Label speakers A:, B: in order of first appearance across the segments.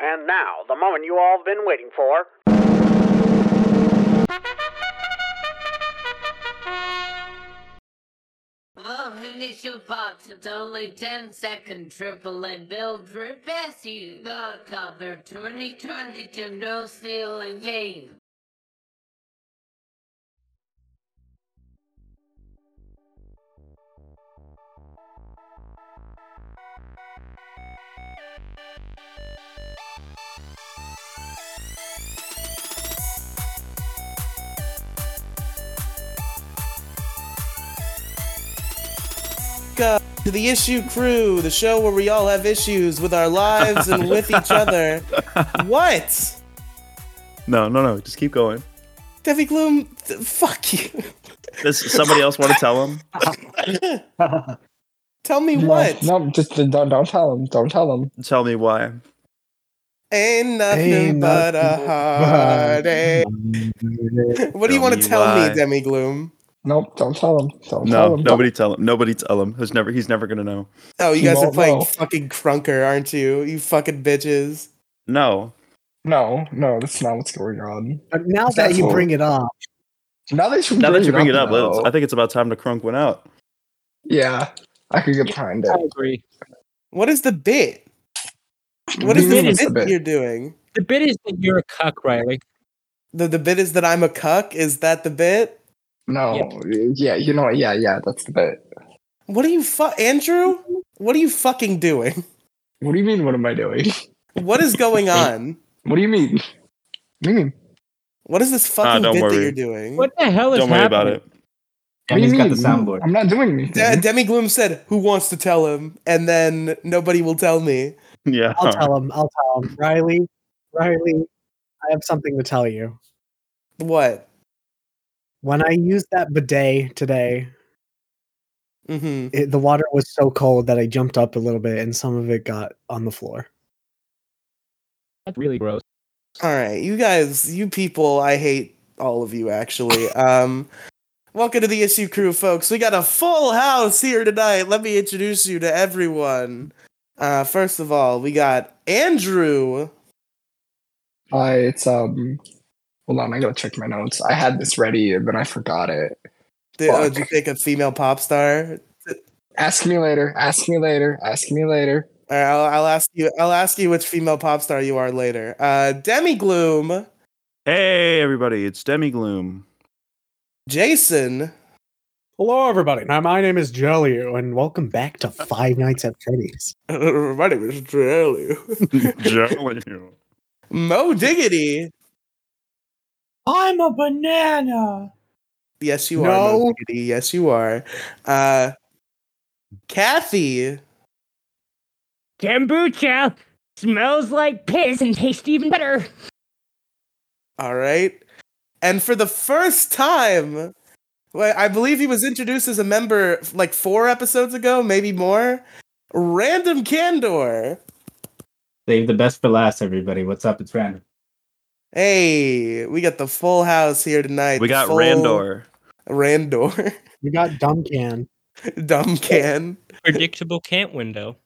A: And now, the moment you all have been waiting for.
B: Love initial box. It's only 10 second AAA build for best you got cover 2022 no ceiling game.
C: Welcome to the Issue Crew, the show where we all have issues with our lives and with each other. What?
D: No, no, no. Just keep going.
C: Debbie Gloom, th- fuck you.
D: Does somebody else want to tell him?
C: Tell me
E: No,
C: what?
E: No, just don't don't tell him. Don't tell him.
D: Tell me why.
C: Ain't nothing
E: Ain't
C: but
E: nothing
C: a heartache. What do you
D: Tell
C: want to
D: me
C: tell
D: why.
C: me, Demi Gloom?
E: Nope, don't tell him. Don't tell
D: No,
E: him.
D: nobody tell him. Nobody tell him. He's never. He's never gonna know.
C: Oh, you
E: He
C: guys are
E: won't
C: playing
E: know.
C: fucking Crunker, aren't you? You fucking bitches.
D: No.
E: No, no, that's not what's going on.
F: But now
E: Is
F: that
E: that
F: you
E: so?
F: bring it up,
E: Now that you
D: Now that you bring it up,
E: though,
D: I think it's about time to crunk one out.
E: yeah, I could get behind
F: I
E: it.
F: agree.
C: What is the bit? What is
E: Mm,
C: this
E: it's a
C: bit,
E: bit.
C: you're doing?
F: The bit is that you're a cuck, Riley.
D: Mm-hmm.
C: The, the bit is that I'm a cuck? Is that the bit?
E: No, yeah, you know, what? yeah, yeah, that's the bit.
C: What are you fu- Andrew? What are you fucking doing?
E: What do you mean? What am I doing?
C: What is going on?
E: What do you mean? What do you mean?
C: What is this fucking
D: Ah, don't
C: bit that
D: worry.
C: you're doing?
F: What the hell is
D: Don't worry
F: happening?
D: about it.
E: What do you mean? I'm not doing anything.
C: De- Demi Gloom said, "Who wants to tell him?" And then nobody will tell me.
D: Yeah.
F: I'll tell him. I'll tell him. Riley, Riley, I have something to tell you.
C: What?
F: When I used that bidet today,
C: Mm-hmm.
F: it, the water was so cold that I jumped up a little bit and some of it got on the floor. That's really gross.
C: All right, you guys, you people, I hate all of you. Actually, um, welcome to the issue crew, folks. We got a full house here tonight. Let me introduce you to everyone. Uh, first of all, we got Andrew.
E: Hi, it's um. Hold on, I gotta check my notes. I had this ready and then I forgot it.
C: Did, oh, did you
E: Fuck.
C: pick a female pop star?
E: Ask me later. Ask me later. Ask me later.
C: All right, I'll, I'll ask you. I'll ask you which female pop star you are later. Uh, Demi Gloom,
D: Hey, everybody! It's Demi Gloom.
C: Jason.
F: Hello, everybody. Now, my name is Jelly, and welcome back to Five Nights at Freddy's.
C: My name is Jelly.
D: Jelly.
C: Mo Diggity.
F: I'm a banana.
C: Yes, you are. Mo
F: No.
C: Diggity. Yes, you are. Uh, Kathy.
G: Kombucha smells like piss and tastes even better.
C: All right. And for the first time, well, I believe he was introduced as a member like four episodes ago, maybe more. Random Candor.
H: Save the best for last, everybody. What's up? It's random.
C: Hey, we got the full house here tonight.
D: We
C: the
D: got
C: full
D: Randor.
C: Randor.
F: We got Dumb Can.
C: dumb can.
I: predictable camp window.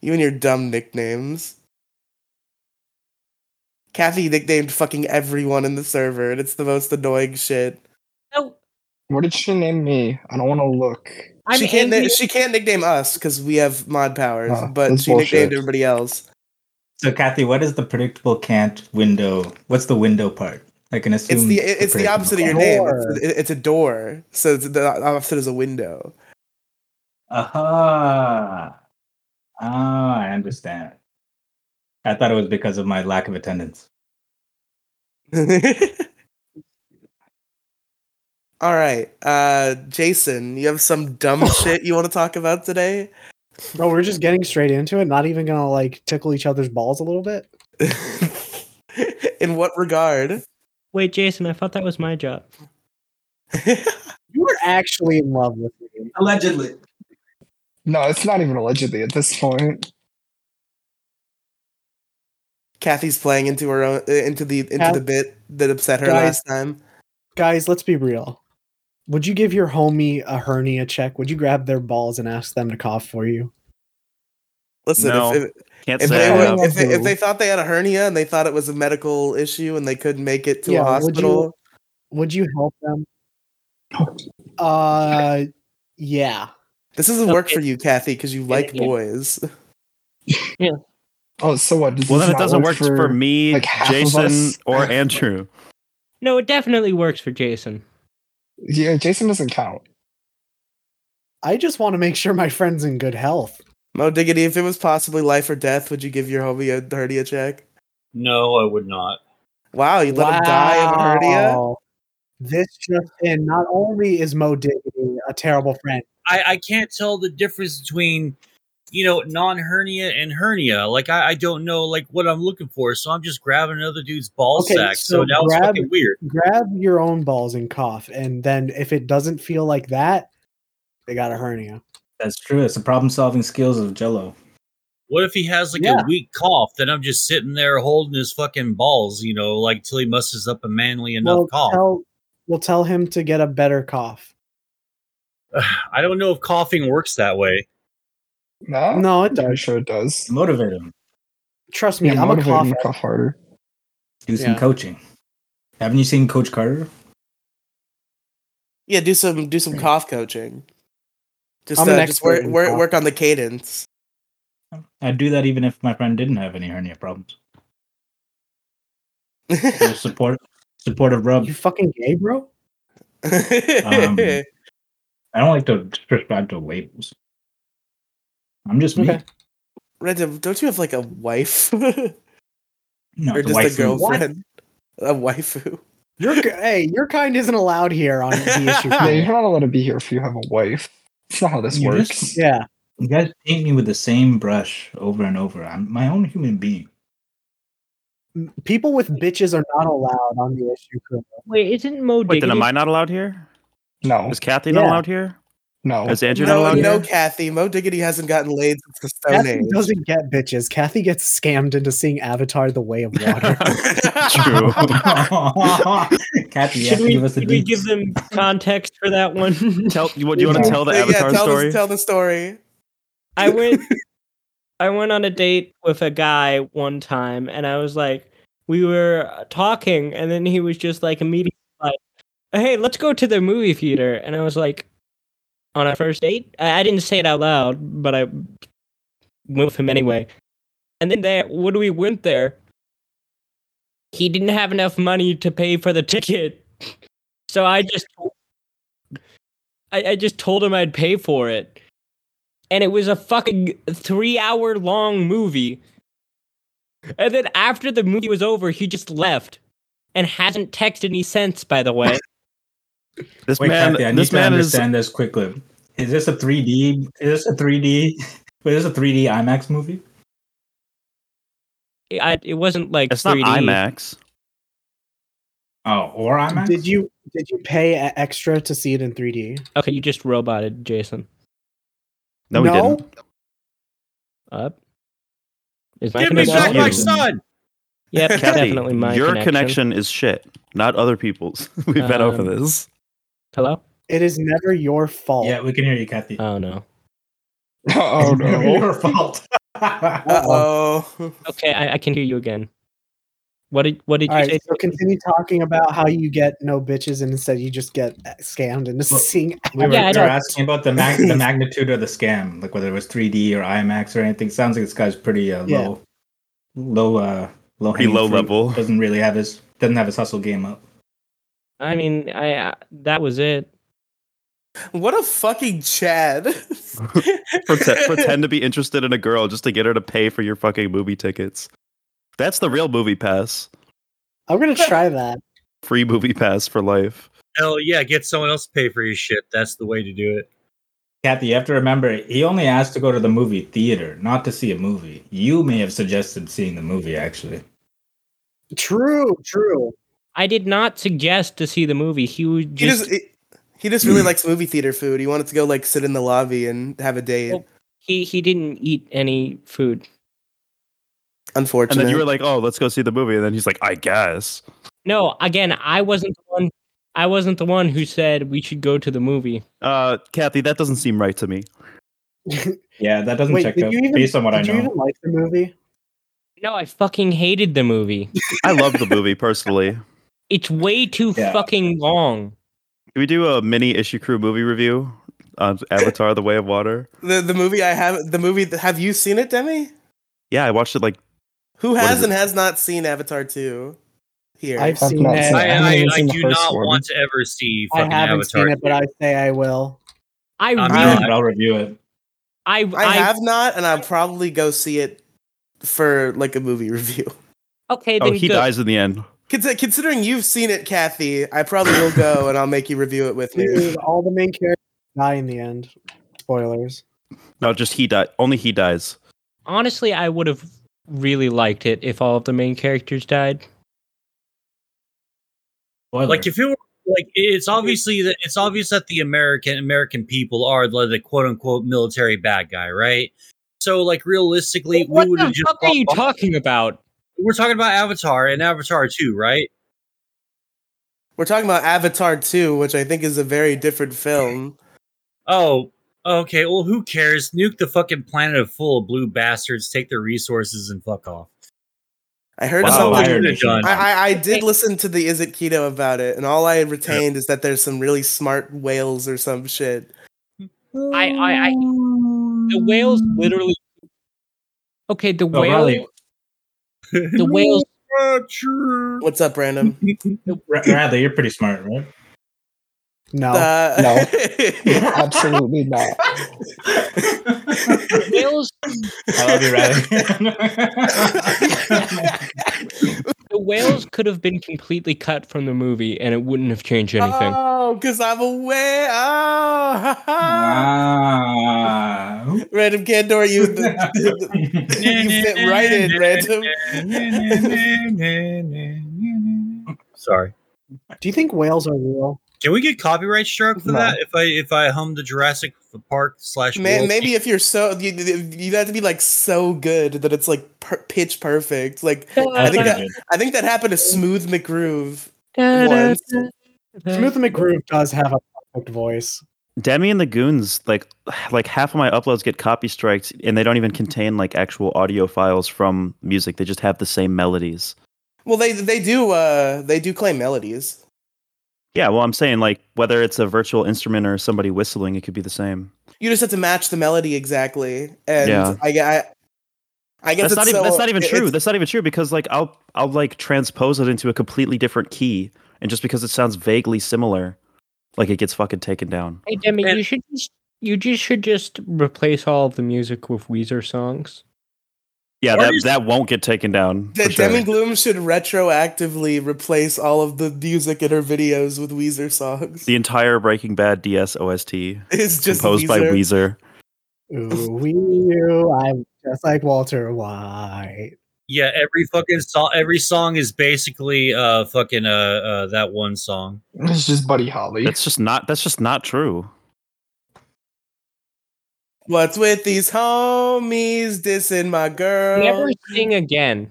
C: You and your dumb nicknames. Kathy nicknamed fucking everyone in the server, and it's the most annoying shit.
I: No,
E: What did she name me? I don't want to look.
G: I'm
C: she can't
G: angry.
C: ni- she can't nickname us because we have mod powers,
E: Huh,
C: but
E: Ah, that's
C: she nicknamed
E: bullshit.
C: everybody else.
H: So, Kathy, what is the predictable can't window? What's the window part? I can assume
C: It's the it- it's the
H: predictable
C: opposite of your
H: can't.
C: name.
F: Door.
C: It's, it- it's a door, so it's the opposite is a window.
H: Aha! Ah, I understand. I thought it was because of my lack of attendance.
C: All right, uh, Jason, you have some dumb shit you want to talk about today?
F: Bro, we're just getting straight into it. Not even gonna like tickle each other's balls a little bit.
C: In what regard?
I: wait, Jason, I thought that was my job.
F: You were actually in love with me.
H: Allegedly.
E: No, it's not even allegedly at this point.
C: Kathy's playing into her own uh, into the into
F: Kath-
C: the bit that upset her
F: Guys.
C: last time.
F: Guys, let's be real. Would you give your homie a hernia check? Would you grab their balls and ask them to cough for you?
C: Listen,
D: No,
C: if, if,
D: Can't
C: if
D: say.
C: they
D: I
C: were,
D: have.
C: if, they, if
F: No.
C: they thought they had a hernia and they thought it was a medical issue and they couldn't make it to
F: Yeah,
C: a
F: would you-
C: hospital,
F: Would you help them? Uh, yeah.
C: this doesn't work
I: Okay.
C: for you, Kathy, because you like
I: yeah.
C: boys.
E: Oh, so what? Does
D: Well,
E: this
D: then it
E: not
D: doesn't work for, me,
E: like, half of
D: Jason,
E: us?
D: or Andrew.
I: No, it definitely works for Jason.
E: Yeah, Jason doesn't count.
F: I just want to make sure my friend's in good health.
C: Mo Diggity, if it was possibly life or death, would you give your homie a hernia check?
J: No, I would not.
C: Wow, you let him die of a hernia?
F: Wow. This just in. Not only is Mo Diggity a terrible friend,
J: I, I can't tell the difference between, you know, non hernia and hernia. Like I, I don't know like what I'm looking for, so I'm just grabbing another dude's ball
F: Okay,
J: sack. So,
F: so
J: now it's
F: grab-
J: fucking weird.
F: grab your own balls and cough. And then if it doesn't feel like that, they got a hernia.
H: That's true. It's the problem solving skills of Jello.
J: What if he has like
F: Yeah.
J: a weak cough? Then I'm just sitting there holding his fucking balls, you know, like till he musses up a manly enough
F: Well,
J: cough.
F: tell, we'll tell him to get a better cough.
J: I don't know if coughing works that way.
E: No,
F: No, it
E: I'm pretty
F: does.
E: sure it does.
H: Motivate him.
F: Trust me,
E: Yeah,
F: I'm a
E: motivate him
F: cougher.
E: to cough harder.
H: Do some
F: Yeah.
H: coaching. Haven't you seen Coach Carter?
C: Yeah, do some do some cough coaching. Just,
F: I'm an
C: uh, just
F: expert
C: work,
F: in
C: work,
F: cough.
C: work on the cadence.
H: I'd do that even if my friend didn't have any hernia problems. A
C: um,
H: support, supportive rub.
F: You fucking gay, bro?
J: Um,
H: I don't like to prescribe to labels. I'm just me.
F: Okay.
C: Random, don't you have like a wife?
H: No,
C: or
H: the
C: just
H: white
C: a
H: food.
C: girlfriend? A waifu.
F: Your ki- hey, your kind isn't allowed here on the issue.
E: Yeah, you're
F: panel.
E: not allowed to be here if you have a wife. That's not how this
H: You
E: works.
H: just-
F: yeah,
H: You guys paint me with the same brush over and over. I'm my own human being.
F: M- people with bitches are not allowed on the issue. panel.
I: Wait, isn't Mo
D: Wait, then am I
I: Diggity?
D: not allowed here?
E: No,
D: Is Kathy not
F: Yeah.
D: allowed here?
E: no.
D: Is Andrew not
C: No,
D: allowed
C: no,
D: here?
C: Kathy. Mo Diggity hasn't gotten laid since the
H: Oh,
C: Stone
F: Kathy
C: Age.
F: doesn't get bitches. Kathy gets scammed into seeing Avatar: The Way of Water.
D: True.
H: Kathy, you have
I: Should
H: to
I: we,
H: give us the
I: should we give
H: deets.
I: them context for that one?
D: Tell you what? Do you want
E: Yeah.
D: to tell the
C: Yeah,
D: Avatar
C: tell
D: story?
C: The, tell the story.
I: I went I went on a date with a guy one time and I was like we were uh, talking and then he was just like immediately like hey let's go to the movie theater and I was like on our first date I, I didn't say it out loud but I went with him anyway and then there when we went there he didn't have enough money to pay for the ticket so I just I, I just told him I'd pay for it and it was a fucking three hour long movie. And then after the movie was over, he just left and hasn't texted me since, by the way.
D: This
H: Wait,
D: man,
H: Kathy, I
D: this
H: need to
D: man is
H: understand this quickly. Is this a 3D? Is this a 3D? Wait, is this a 3D IMAX movie?
I: I, it wasn't like
D: It's not
I: 3D.
D: IMAX.
H: Oh, or IMAX?
F: did you did you pay a- extra to see it in 3D?
I: Okay, you just roboted Jason.
D: No, we
F: No.
D: didn't.
I: Up. Is
J: Give me
I: connection
J: back my
I: good?
D: you.
J: son.
I: Yep, it's
D: Kathy,
I: definitely my
D: your connection. is shit, not other people's. We've had over
I: Um,
D: this.
I: Hello?
F: It is never your fault.
H: Yeah, we can hear you, Kathy.
I: Oh no.
E: oh no.
H: Your fault.
C: Uh oh.
I: Okay, I, I can hear you again. What did what did
F: All
I: you
F: right,
I: say?
F: so continue talking about how you get no bitches and instead you just get uh, scammed into
H: Well,
F: seeing.
H: We were,
I: Yeah, I
H: we were
I: know.
H: asking about the, mag- the magnitude of the scam, like whether it was 3D or IMAX or anything. Sounds like this guy's pretty uh,
F: Yeah.
H: low, low, uh, low,
D: Pretty
H: hanging
D: low
H: fruit.
D: level.
H: Doesn't really have his doesn't have his hustle game up.
I: I mean, I uh, that was it.
C: What a fucking Chad.
D: Pretend, pretend to be interested in a girl just to get her to pay for your fucking movie tickets. That's the real movie pass.
F: I'm gonna try that.
D: Free movie pass for life.
J: Hell yeah, get someone else to pay for your shit. That's the way to do it.
H: Kathy, you have to remember he only asked to go to the movie theater, not to see a movie. You may have suggested seeing the movie actually.
F: True, true.
I: I did not suggest to see the movie. He was
C: He
I: just
C: just he, he just really likes movie theater food. He wanted to go like sit in the lobby and have a date.
I: Well, he he didn't eat any food.
D: And
C: Unfortunate.
D: then you were like, "Oh, let's go see the movie." And then he's like, "I guess."
I: No, again, I wasn't the one. I wasn't the one who said we should go to the movie.
D: Uh, Kathy, that doesn't seem right to me.
H: Yeah, that doesn't
F: Wait,
H: check
F: did
H: out
F: you even-
H: based on what I
F: did you
H: know.
F: even like the movie?
I: No, I fucking hated the movie.
D: I love the movie personally.
I: It's way too
D: Yeah.
I: fucking long.
D: Can we do a mini issue crew movie review on Avatar: The Way of Water?
C: The the movie I have the movie that- have you seen it, Demi?
D: Yeah, I watched it like
C: Who
D: What is
C: has and
D: it?
C: has not seen Avatar 2 here?
F: I've I've seen not it. seen it. I haven't
J: I,
F: even
J: I
F: seen the
J: do
F: first
J: not
F: one.
J: want to ever see
F: I
J: fucking
F: haven't
J: Avatar.
F: seen it, but I say I will.
I: I
J: I'm
I: really,
J: not.
H: I'll review it.
I: I, I,
C: I have not, and I'll probably go see it for like a movie review.
I: okay.
D: oh
I: Then
D: he
I: good.
D: dies in the end.
C: Consi- Considering you've seen it, Kathy, I probably will go and I'll make you review it with me.
F: Dude, all the main characters die in the end. Spoilers.
D: No, just he died. Only he dies.
I: Honestly, I would have really liked it if all of the main characters died.
J: Like if it were like it's obviously that it's obvious that the American American people are the, the quote unquote military bad guy, right? So like realistically,
I: what
J: we would
I: the
J: have just
I: fuck are you
J: walked-
I: talking about?
J: We're talking about Avatar and Avatar 2, right?
C: We're talking about Avatar 2, which I think is a very different film.
J: Oh, okay. Well, who cares? Nuke the fucking planet full of blue bastards, take their resources, and fuck off.
C: I heard
J: That's all
C: something.
J: I would've done.
C: I, I, I did listen to the Is It Keto about it, and all I retained is that there's some really smart whales or some shit.
I: I, I, I the whales literally. Okay, the
C: Oh,
I: whale.
C: Riley.
I: The whales.
C: What's up, Random?
H: Ra- Radley, you're pretty smart, right?
F: No.
C: Uh,
E: No. Absolutely not.
I: the whales.
H: I love you, Radley.
I: The whales could have been completely cut from the movie, and it wouldn't have changed anything.
C: Oh, because I'm a whale. Oh, ha, ha.
H: ah.
C: Random Candor, you, you fit right in, Random.
J: Sorry.
F: Do you think whales are real?
J: Can we get copyright struck for
F: No.
J: that? If I if I hum the Jurassic Park slash
C: Man,
J: World theme?
C: maybe if you're so you, you you have to be like so good that it's like per- pitch perfect. Like I
H: That's
C: think
H: pretty
C: that,
H: good.
C: I think that happened to Smooth McGroove.
I: Da-da-da.
C: Once.
F: Smooth McGroove does have a perfect voice.
D: Demi and the Goons, like like half of my uploads get copy strikes, and they don't even contain like actual audio files from music. They just have the same melodies.
C: Well, they they do uh they do claim melodies.
D: Yeah, well, I'm saying like whether it's a virtual instrument or somebody whistling, it could be the same.
C: You just have to match the melody exactly, and
D: Yeah.
C: I, I I guess
D: That's
C: it's
D: not even
C: so-
D: that's not even
C: it-
D: true.
C: it's-
D: That's not even true because like I'll I'll like transpose it into a completely different key, and just because it sounds vaguely similar, like it gets fucking taken down.
I: Hey Demi, you should just you just should just replace all of the music with Weezer songs.
D: Yeah,
I: Or
D: that
I: just-
D: that won't get taken down. for
C: De-
D: sure.
C: Demi Gloom should retroactively replace all of the music in her videos with Weezer songs.
D: The entire Breaking Bad DS OST
C: It's just
D: composed by
C: Weezer.
D: Weezer.
F: Ooh, you, I'm just like Walter White.
J: yeah, every fucking song, every song is basically uh fucking uh, uh that one song.
E: It's just Buddy Holly.
D: That's just not that's just not true.
C: What's with these homies dissing my girl?
I: Never
C: Uh,
I: sing again.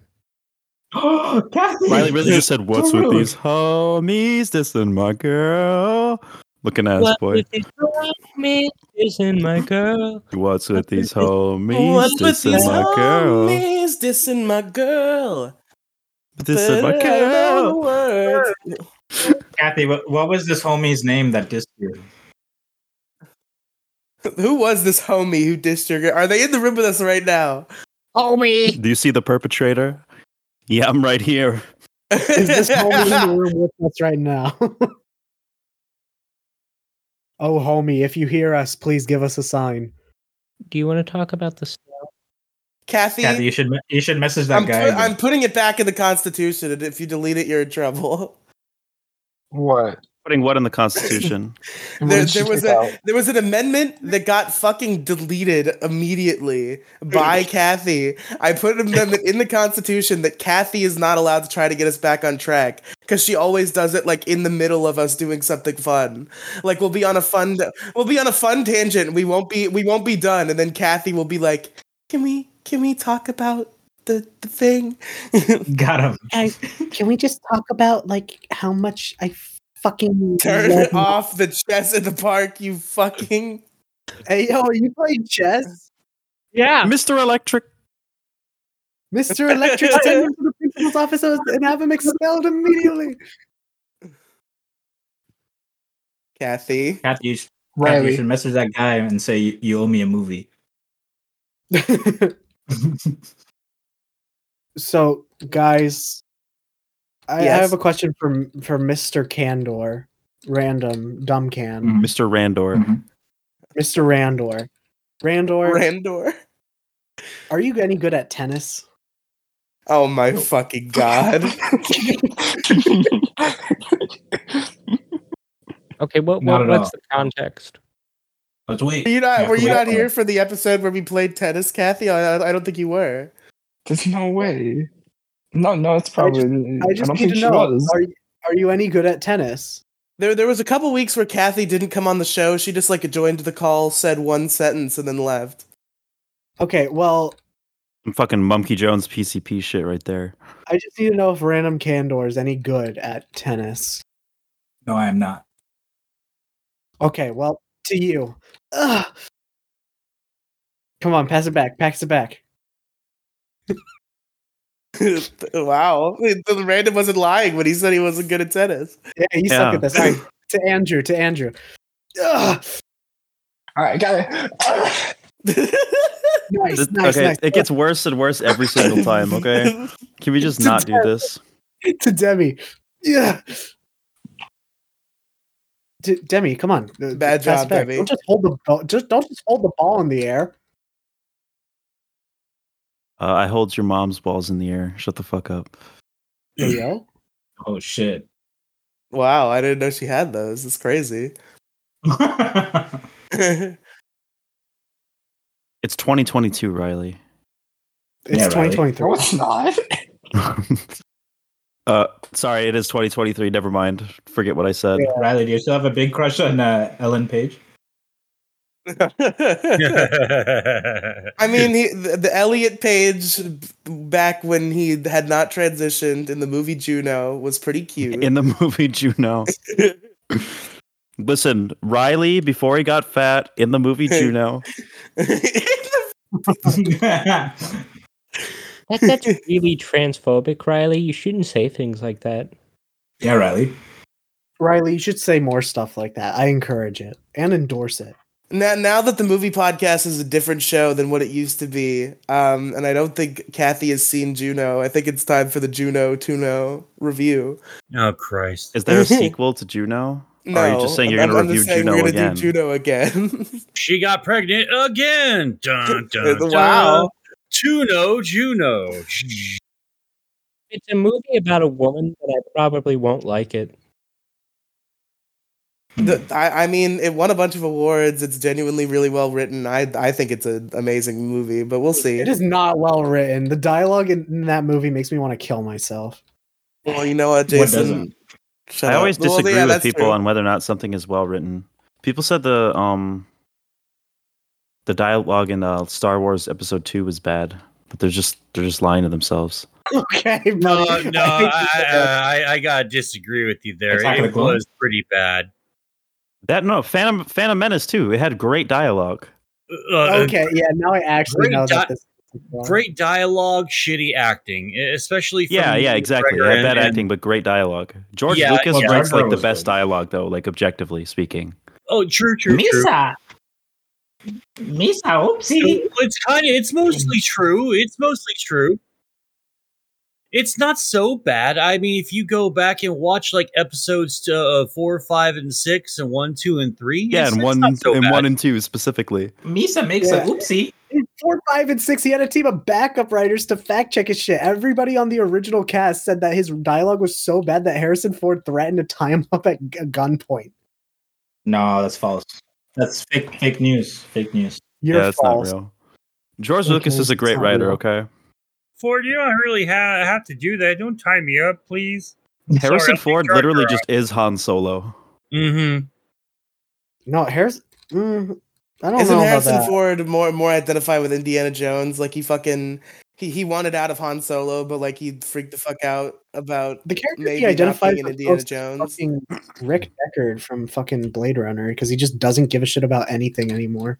D: Riley really just said, "What's with these homies dissing my girl?" Looking ass
I: What
D: boy.
I: with this romance is in my girl.
D: What's with these homies
C: What's with
D: dissing
C: these
D: my girl?
C: homies dissing my girl?
D: Dissing my
C: Better than
D: girl.
C: words.
H: Kathy, what, what was this homie's name that dissed you?
C: Who was this homie who dissed your girl? Are they in the room with us right now?
G: Homie.
D: Do you see the perpetrator? Yeah, I'm right here.
F: Is this homie in the room with us right now? oh, homie, if you hear us, please give us a sign.
I: Do you want to talk about the snow?
C: Kathy,
H: Kathy, you should me- you should message that
C: I'm,
H: guy.
C: pu-
H: again.
C: I'm putting it back in the Constitution, and if you delete it, you're in trouble.
E: What?
D: Putting what in the Constitution?
C: There, there was a there was an amendment that got fucking deleted immediately by Kathy. I put an amendment in the Constitution that Kathy is not allowed to try to get us back on track because she always does it like in the middle of us doing something fun. Like we'll be on a fun we'll be on a fun tangent. We won't be we won't be done, and then Kathy will be like, "Can we can we talk about the the thing?"
H: Got him.
F: Guys, can we just talk about like how much I fucking
C: Turn
F: love-
C: off the chess in the park, you fucking.
F: Hey, yo, are you playing chess?
I: Yeah.
D: Mr. Electric.
F: Mr. Electric send him to the principal's office and have him expelled immediately.
C: Kathy.
H: Kathy, you should, Kathy,
C: Riley.
H: you should message that guy and say you, you owe me a movie.
F: So, guys, I, I
D: Yes?
F: have a question for for Mr. Candor, random dumb can,
E: Mm.
D: Mr. Randor.
F: Mr. Randor, Randor,
C: Randor.
F: Are you any good at tennis?
C: Oh my fucking god.
I: Okay, what,
C: Not
I: what
C: at
I: what's
C: all.
I: the context?
H: Let's
C: Were you not, were you not here for the episode where we played tennis, Kathy? I, I- I don't think you were.
E: There's no way. No, no, it's probably. I,
F: I just
E: don't
F: need
E: think
F: to
E: she
F: know:
E: was.
F: are you, are you any good at tennis?
C: There, there was a couple weeks where Kathy didn't come on the show. She just like joined the call, said one sentence, and then left.
F: Okay, well,
D: Some fucking Mumkey Jones PCP shit right there.
F: I just need to know if Random Candor is any good at tennis.
H: No, I am not.
F: Okay, well, to you. Ugh. Come on, pass it back. Pass it back.
C: wow, the random wasn't lying when he said he wasn't good at tennis.
F: Yeah, you suck at this. All right, to Andrew. To Andrew. Ugh.
E: All right, got it.
F: nice,
D: This-
F: nice,
D: okay,
F: nice.
D: it gets worse and worse every single time. Okay, can we just not do this?
F: to Demi. Yeah. D- Demi, come on. Uh,
C: Bad
F: pass it
C: job,
F: back.
C: Demi.
F: Don't just hold the ball. Just don't just hold the ball in the air.
D: Uh, I hold your mom's balls in the air. Shut the fuck up.
F: There you go.
H: Oh shit!
C: Wow, I didn't know she had those. It's crazy.
D: It's 2022, Riley.
F: It's Yeah, Riley. 2023. No, it's
E: not.
D: Uh, sorry, it is 2023. Never mind. Forget what I said.
H: Riley, do you still have a big crush on uh, Ellen Page?
C: I mean, he, the, the Elliot Page back when he had not transitioned in the movie Juno was pretty cute.
D: in the movie Juno. Listen, Riley, before he got fat in the movie Juno,
I: That, that's really transphobic, Riley. You shouldn't say things like that.
H: Yeah, Riley.
F: Riley, you should say more stuff like that. I encourage it and endorse it.
C: Now, now that the movie podcast is a different show than what it used to be, um, and I don't think Kathy has seen Juno. I think it's time for the Juno Tuno review.
D: oh Christ, is there a sequel to Juno?
C: No,
D: or are you just saying Oh, you're
C: I'm-
D: going to
C: I'm
D: review
C: just saying
D: Juno
C: we're gonna
D: again?
C: do Juno again.
J: She got pregnant again. Dun, dun, dun.
C: Wow.
J: Juno, Juno.
I: It's a movie about a woman, but I probably won't like it.
C: The- I, I mean, it won a bunch of awards. It's genuinely really well written. I I think it's an amazing movie, but we'll see.
F: It is not well written. The dialogue in, in that movie makes me want to kill myself.
C: Well, you know what,
F: What
C: Jason.
F: doesn't?
C: Shut
D: I
C: up.
D: always
C: Well, yeah,
D: disagree with
C: that's
D: people
C: true.
D: on whether or not something is well written. People said the um the dialogue in uh, Star Wars Episode Two was bad, but they're just they're just lying to themselves.
F: Okay,
J: no, no, I, I, I, I gotta disagree with you there.
D: Attack of the
J: It
D: Clones?
J: was pretty bad.
D: That no, Phantom Phantom Menace too. It had great dialogue.
J: Uh,
F: okay, yeah, now I actually
J: great
F: know that
J: di-
F: this.
J: Great dialogue, shitty acting, e, especially. From
D: Yeah, yeah, exactly.
J: McGregor
D: Yeah,
J: and-
D: bad
J: and-
D: acting, but great dialogue. George
J: Yeah,
D: Lucas
J: yeah.
D: writes like
J: Mcgregor
D: the
J: was
D: best dialogue, though, like objectively speaking.
J: Oh, true, true, true.
G: Misa. Misa, oopsie.
J: It's kind of. It's mostly true. It's mostly true. It's not so bad. I mean, if you go back and watch like episodes uh, four, five, and six, and one, two, and three.
D: Yeah,
J: it's-
D: and
J: it's
D: one
J: not so
D: and
J: bad.
D: one and two specifically.
H: Misa
J: makes
H: a
J: oopsie.
F: In four, five, and six, he had a team of backup writers to fact check his shit. Everybody on the original cast said that his dialogue was so bad that Harrison Ford threatened to tie him up at g- gunpoint.
H: No, that's false. That's fake fake news. Fake news.
F: You're
D: yeah, that's
F: false.
D: not real. George
F: Okay,
D: Lucas is a
F: it's
D: great
F: not
D: writer.
F: real.
D: Okay,
J: Ford, you don't really ha- have to do that. Don't tie me up, please.
D: Harrison Ford literally just is Han Solo.
J: Mm-hmm.
F: No, Harrison. Mm, I don't
C: Isn't
F: know about
C: Harrison
F: that.
C: Ford more more identified with Indiana Jones? Like he fucking he, he wanted out of Han Solo, but like he freaked the fuck out about
F: the character
C: maybe
F: he identifies
C: not being an
F: with
C: Indiana
F: most
C: Jones.
F: fucking Rick Deckard from fucking Blade Runner because he just doesn't give a shit about anything anymore.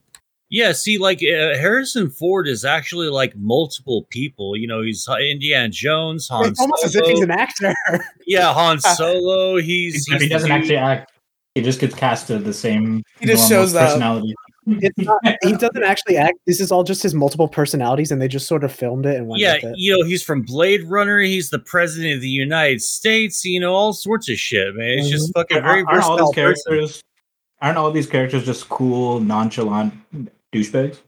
J: Yeah, see, like uh, Harrison Ford is actually like multiple people. You know, he's uh, Indiana Jones, Han
F: it's almost as if
J: Solo.
F: he's an actor.
J: yeah, Han Solo. He's,
H: Except he
J: he's
H: doesn't
J: the-
H: actually act. He just gets cast to the same.
C: He just
H: normal
C: shows up.
H: personality.
F: It's not, he doesn't actually act. This is all just his multiple personalities, and they just sort of filmed it and went
J: Yeah,
F: with it.
J: you know, he's from Blade Runner. He's the president of the United States. You know, all sorts of shit, man. It's
F: Mm-hmm.
J: just fucking very
H: Aren't- aren't all
J: versatile
H: these
J: person.
H: characters? Aren't all these characters just cool, nonchalant douchebags?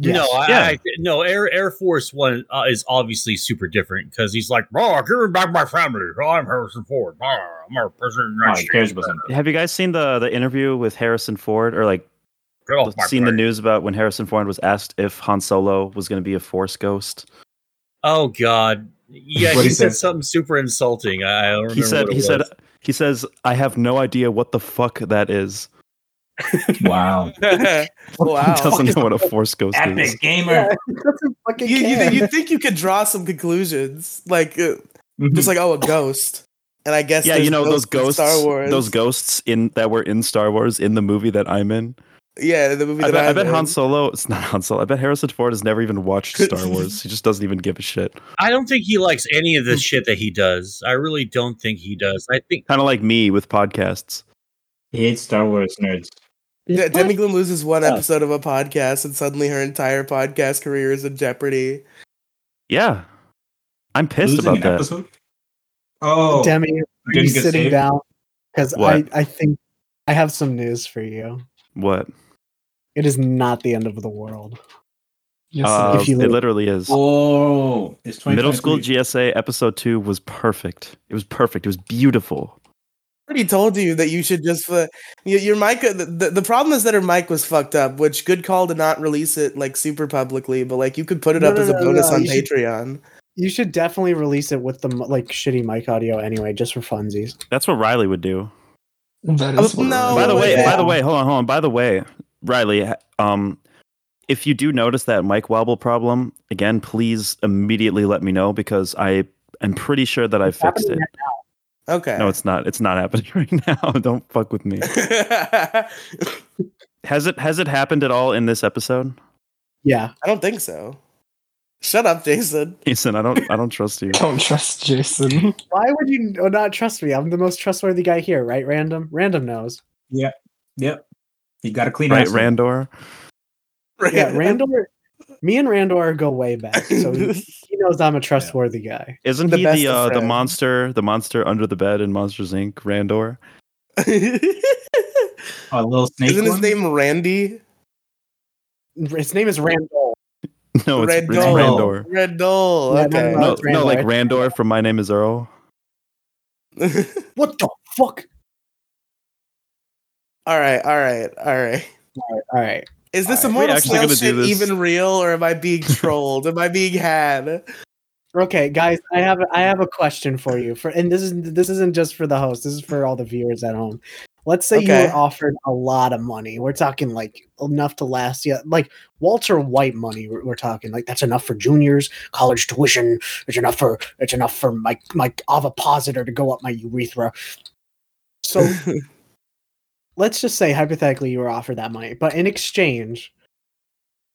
J: No, I,
D: Yeah.
J: I no Air Air Force One uh, is obviously super different because he's like, "Oh, give me back my family. Oh, I'm Harrison Ford. Oh, I'm our president of the
H: Oh,
J: United
H: he
J: States.
H: cares about something.
D: Have you guys seen the the interview with Harrison Ford or like
J: Get off Oh, my
D: seen the
J: plane."
D: news about when Harrison Ford was asked if Han Solo was going to be a Force ghost?
J: Oh God, yeah,
H: What'd
J: he
H: he
J: said
H: say?
J: something super insulting. I I don't remember.
D: He said
J: what it
D: he said
J: was.
D: he says I have no idea what the fuck that is.
H: Wow.
D: he
J: Oh,
C: wow.
D: doesn't know what a Force ghost is.
H: Epic gamer.
F: Yeah, he doesn't fucking
C: You, you,
F: care.
C: you think you could draw some conclusions, like uh,
H: Mhm.
C: just like oh a ghost, and I guess
D: Mm-hmm. Yeah,
C: there's
D: you know those
C: in
D: ghosts,
C: Star Wars.
D: those ghosts in that were in Star Wars in the movie that I'm in.
C: Yeah, the movie. that
D: I bet, I
C: I'm
D: bet
C: in.
D: Han Solo. It's not Han Solo. I bet Harrison Ford has never even watched Star Wars. He just doesn't even give a shit.
J: I don't think he likes any
F: Hmm.
J: of the shit that he does. I really don't think he does. I think
D: Kind of like me with podcasts.
H: He hates Star Wars nerds.
C: Yeah, Demi Gloom loses one
I: Yeah.
C: episode of a podcast, and suddenly her entire podcast career is in jeopardy.
D: Yeah, I'm pissed
H: Losing
D: about
H: an
D: that.
H: episode? Oh,
F: Demi, are you
H: didn't get
F: sitting
H: saved?
F: down? Because I,
D: What?
F: I think I have some news for you.
D: What?
F: It is not the end of the world.
E: Yes,
D: Uh,
F: if you
D: it
F: look-
D: literally is.
H: Oh, it's 2023.
D: Middle school GSA episode two was perfect. It was perfect. It was beautiful.
C: already told you that you should just uh, your, your mic. The, the- the problem is that her mic was fucked up, which good call to not release it like super publicly, but like you could put it
F: No,
C: up
F: no,
C: as a
F: no,
C: bonus
F: no,
C: on
F: you should-
C: Patreon.
F: You should definitely release it with the m- like shitty mic audio anyway, just for funsies.
D: That's what Riley would do.
E: that is
C: Oh,
E: what
C: no.
E: I-
D: by the
C: yeah,
D: way,
C: yeah.
D: by the way, hold on, hold on. By the way, Riley, ha- um, if you do notice that mic wobble problem again, please immediately let me know because I am pretty sure that I
F: It's
D: fixed it.
F: happening
C: Okay.
D: No, it's not. It's not happening right now. Don't fuck with me.
C: I
D: Has it? Has it happened at all in this episode,
F: Yeah,
C: don't think so. Shut up, Jason.
D: Jason? I don't. I don't trust you.
E: don't trust Jason.
F: why would you n- not trust me? I'm the most trustworthy guy here, right? Random, random knows.
H: Yep. You got to clean
D: Right,
H: ass up.
D: Randor.
F: Yeah, Randor. Me and Randor go way back, so he, he knows I'm a trustworthy guy.
D: Isn't
C: The
D: he
C: best
D: the
C: of
D: uh, the
C: friends.
D: monster? The monster under the bed in Monsters Inc. Randor.
C: Isn't
H: Oh, a little snake.
C: his
H: one?
C: name Randy?
F: His name is Randor.
D: No, it's, it's
C: Randol.
D: Randor.
C: Randol.
F: Yeah, I
C: Okay.
F: don't know.
D: No,
F: it's
D: no,
F: Randor.
D: like Randor from My Name Is Earl.
F: What the fuck?
C: all right. All right. All right.
F: All right,
C: Is this
F: All right,
D: we
C: immortal
D: actually
C: snail
D: gonna do
C: shit
D: this?
C: even real, or am I being trolled? am I being had?
F: okay, guys. I have a, I have a question for you. For and this is this isn't just for the host. This is for all the viewers at home. Let's say you
C: Okay.
F: were offered a lot of money. We're talking like enough to last you, like Walter White money. We're, we're talking like that's enough for juniors, college tuition. It's enough for it's enough for my my ovipositor to go up my urethra. So let's just say hypothetically you were offered that money, but in exchange,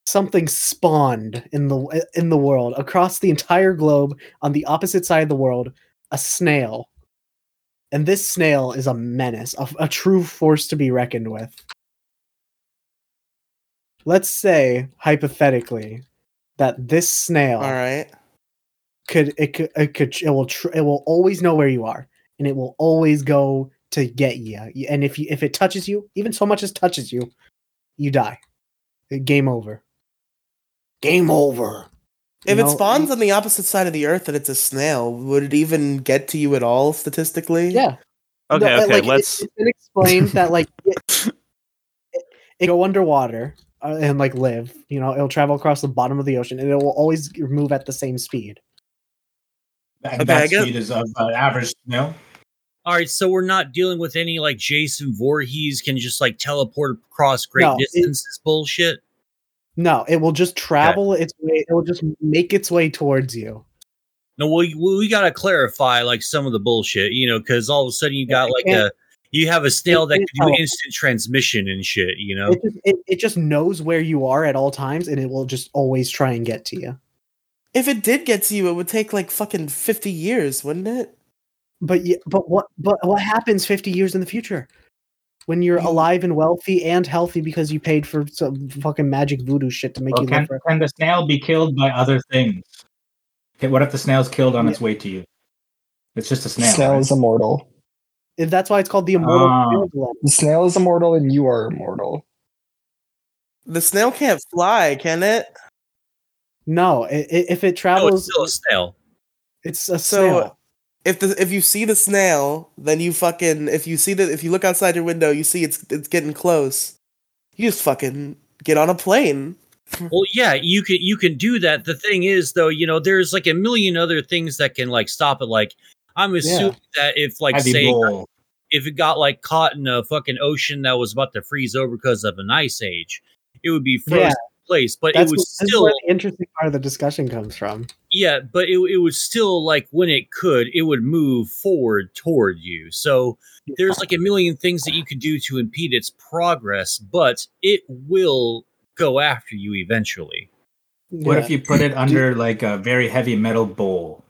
F: something spawned in the uh, in the world across the entire globe on the opposite side of the world, a snail, and this snail is a menace, a, a true force to be reckoned with. Let's say hypothetically that this snail
C: All right.
F: could it could it could it will tr- it will always know where you are and it will always go to get you Y- and if you if it touches you even so much as touches you you die game over game over
C: If
F: You
C: it
F: know,
C: spawns on the opposite side of the earth and it's a snail, would it even get to you at all statistically?
F: yeah
D: Okay,
F: No, uh,
D: okay,
F: like, it-
D: let's.
F: it's been explained that like it, it- it go underwater uh, and like live you know it'll travel across the bottom of the ocean and it will always move at the same speed
C: Okay,
H: And
C: I
H: that
C: guess-
H: speed is of uh, average snail.
J: All right, so we're not dealing with any like Jason Voorhees can just like teleport across great
F: No, it-
J: distances bullshit.
F: no it will just travel its way it will just make its way towards you
J: No, we we got to clarify like some of the bullshit, you know, because all of a sudden you
F: Yeah,
J: got
F: I
J: like
F: can't-
J: a You have a snail that
F: It
J: can
F: is
J: do
F: powerful.
J: instant transmission and shit. You know,
F: It just, it, it just knows where you are at all times, and it will just always try and get to you.
C: If it did get to you, it would take like fucking fifty years, wouldn't it?
F: But yeah, but what but what happens fifty years in the future when
J: Hmm.
F: you're alive and wealthy and healthy because you paid for some fucking magic voodoo shit to make
H: Well,
F: you live
H: can,
F: forever?
H: can the snail be killed by other things? Okay, what if the snail's killed on its way to you? It's just a
E: The
H: snail.
E: snail
H: right?
E: is immortal.
F: If That's why it's called the immortal.
J: Ah.
F: snail dilemma.
E: The snail is immortal, and you are immortal.
C: The snail can't fly, can it?
F: No, i- i- if it
J: no,
F: travels,
J: Oh, it's still a snail.
F: it's a
C: So
F: snail.
C: if the if you see the snail, then you fucking if you see the if you look outside your window, you see it's it's getting close. You just fucking get on a plane.
J: Well, yeah, you can you can do that. The thing is, though, you know, there's like a million other things that can like stop it. Like, I'm assuming that if like
H: Heavy
J: say
H: bowl.
J: if it got like caught in a fucking ocean that was about to freeze over because of an ice age, it would be frozen
F: Yeah.
J: in place. But it
F: That's
J: would
F: wh- this is
J: still
F: where the interesting part of the discussion comes from.
J: Yeah, but it, it would still like when it could, it would move forward toward you. So there's like a million things that you could do to impede its progress, but it will go after you eventually.
H: What
F: Yeah.
H: if you put it under like a very heavy metal bowl?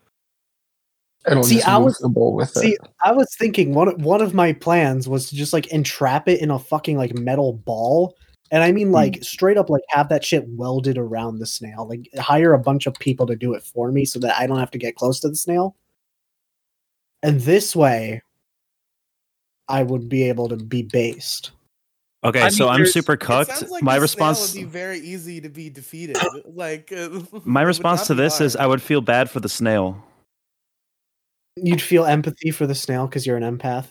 E: It'll
F: See,
E: just
F: I
E: move
F: was-
E: the bowl with
F: See,
E: it.
F: I was thinking one of- one of my plans was to just like entrap it in a fucking like metal ball, and I mean like straight up like have that shit welded around the snail. Like hire a bunch of people to do it for me so that I don't have to get close to the snail. And this way, I would be able to be based.
D: Okay,
J: I
D: so
J: mean,
D: I'm
J: there's-
D: super
C: It
D: cooked.
C: sounds like
D: my
C: the snail
D: response
C: would be very easy to be defeated. Like uh,
D: my response to this is I would feel bad for the snail.
F: You'd feel empathy for the snail because you're an empath.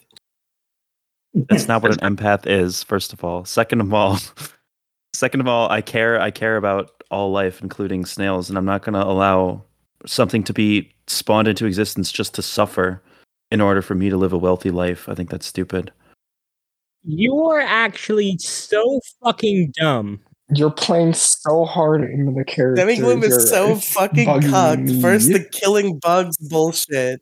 D: That's not what an empath is, first of all. Second of all, second of all, I care I care about all life including snails and I'm not going to allow something to be spawned into existence just to suffer in order for me to live a wealthy life. I think that's stupid.
I: You are actually so fucking dumb.
E: You're playing so hard into the character.
C: Demigloom is so fucking cucked. First the killing bugs bullshit.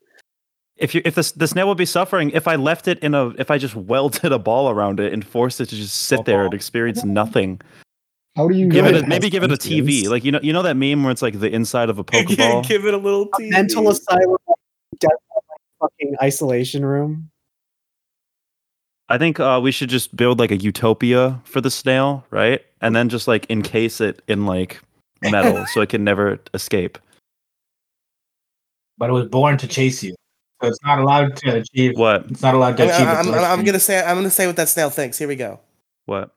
D: If you if the, the snail would be suffering if I left it in a if I just welded a ball around it and forced it to just sit there and experience nothing.
E: How do you
D: Give
E: know
D: it a,
E: has
D: maybe give it a TV.
E: sentience?
D: Like you know you know that meme where it's like the inside of a pokeball.
C: Give it a little
F: A
C: TV.
F: mental asylum, death, fucking isolation room.
D: I think uh, we should just build like a utopia for the snail, right? And then just like encase it in like metal so it can never escape.
H: But it was born to chase you, so it's not allowed to achieve.
D: What?
H: It's not allowed to
C: I'm,
H: achieve.
C: I'm-
H: its
C: I'm-
H: lifespan.
C: I'm gonna say I'm gonna say what that snail thinks. Here we go.
D: What?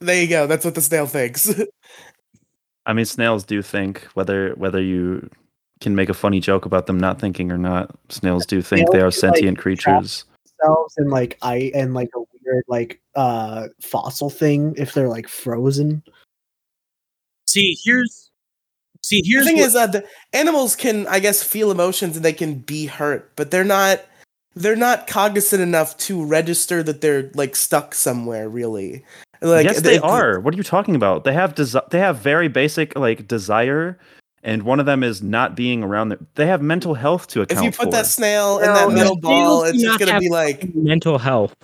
C: There you go. That's what the snail thinks.
D: I mean, snails do think whether whether you can make a funny joke about them not thinking or not. Snails do think they are
F: Snails do, like,
D: sentient creatures.
F: themselves and like I and like a weird like uh fossil thing if they're like frozen.
J: See, here's see here's
C: the thing
J: what-
C: is, uh, the animals can, I guess, feel emotions and they can be hurt, but they're not. They're not cognizant enough to register that they're like stuck somewhere. Really, like
D: yes, they
C: it-
D: are. What are you talking about? They have desi- They have very basic like desire, and one of them is not being around. Their- they have mental health to
C: If
D: account
C: you put
D: for.
C: that snail in that
I: No,
C: metal
I: snails
C: ball,
I: do
C: it's just
I: not
C: gonna
I: have
C: be like
I: Mental health.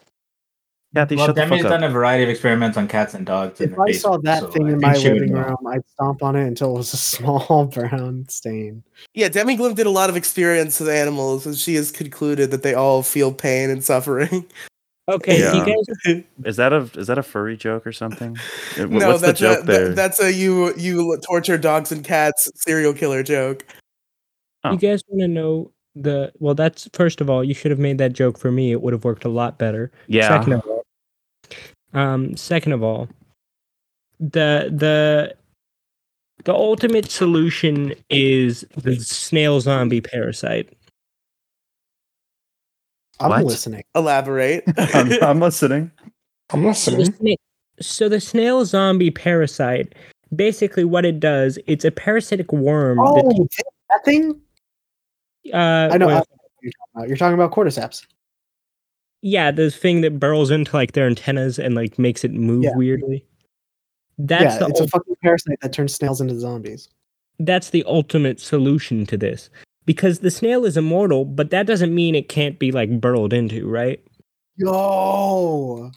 D: Kathy,
H: well,
D: shut the
H: Demi's
D: fuck up.
H: done a variety of experiments on cats and dogs. in
F: If
H: her
F: I saw
H: basement,
F: that
H: so
F: thing
H: I
F: in
H: think
F: my
H: she would
F: living
H: know.
F: room, I'd stomp on it until it was a small brown stain.
C: Yeah, Demi Gloom did a lot of experience with animals, and she has concluded that they all feel pain and suffering.
I: Okay, do
D: Yeah.
I: you guys
D: Is that a is that a furry joke or something? Wh-
C: no,
D: What's the
C: that's
D: joke
C: a
D: there?
C: that, that's a you you torture dogs and cats serial killer joke.
D: Oh.
I: you guys want to know the well? That's first of all, you should have made that joke for me. It would have worked a lot better.
D: yeah,
I: Second of all, um, second of all, the the the ultimate solution is the snail zombie parasite.
F: I'm
D: What?
F: listening.
C: Elaborate.
D: I'm, I'm listening.
E: I'm
I: So the,
E: listening.
F: Mm-hmm.
I: sna- so the snail zombie parasite, basically, what it does, it's a parasitic worm.
F: Oh, that thing!
I: that, uh,
F: Oh, I know. I know
I: well,
F: what you're, talking about. you're talking about cordyceps.
I: yeah, the thing that burrows into like their antennas and like makes it move
F: Yeah.
I: weirdly. That's
F: yeah,
I: the
F: it's
I: ul-
F: a fucking parasite that turns snails into zombies.
I: that's the ultimate solution to this. because the snail is immortal, but that doesn't mean it can't be like burrowed into, right?
F: Yo,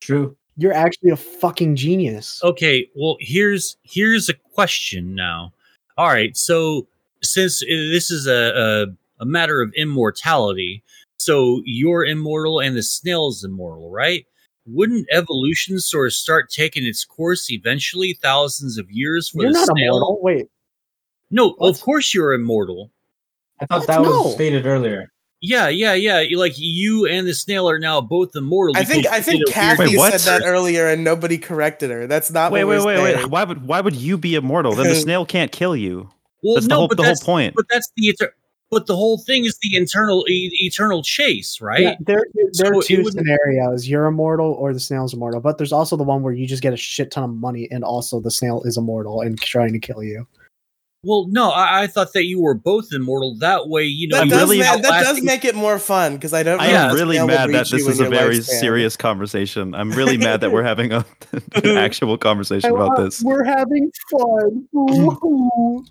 H: True.
F: you're actually a fucking genius.
J: Okay, well here's here's a question now. All right, so since uh, this is a a, a matter of immortality, so you're immortal and the snail's immortal, right? Wouldn't evolution sort of start taking its course eventually, thousands of years for
F: You're
J: the
F: not
J: snail?
F: immortal. Wait,
J: No, of course you're immortal.
H: I thought
F: What?
H: that was
F: No.
H: stated earlier.
J: Yeah, yeah, yeah. you- Like you and the snail are now both immortal.
C: I think
J: because
C: I
J: you
C: think
J: did a weird-
C: Kathy
D: Wait, what?
C: said that earlier and nobody corrected her. That's not
D: Wait,
C: what
D: wait,
C: we're
D: wait,
C: saying.
D: wait. Why would why would you be immortal? Then the snail can't kill you.
J: Well,
D: That's the
J: no,
D: whole
J: but
D: the whole
J: that's
D: point.
J: but that's the eter- but the whole thing is the internal e- eternal chase, right?
F: Yeah, there, there
J: So
F: are
J: it
F: two
J: would-
F: scenarios: you're immortal or the snail's immortal. But there's also the one where you just get a shit ton of money, and also the snail is immortal and trying to kill you.
J: Well, no, I, I thought that you were both immortal. That way, you know,
C: That,
J: you
C: does,
J: really
C: ma- that
J: outlast-
C: does make it more fun because I don't.
D: I
C: know if
D: am
C: the
D: really
C: snail would
D: mad that
C: reach you
D: this
C: in
D: is a
C: your
D: very
C: lifespan.
D: serious conversation. I'm really mad that we're having a, an actual conversation about this.
F: We're having fun. Woohoo.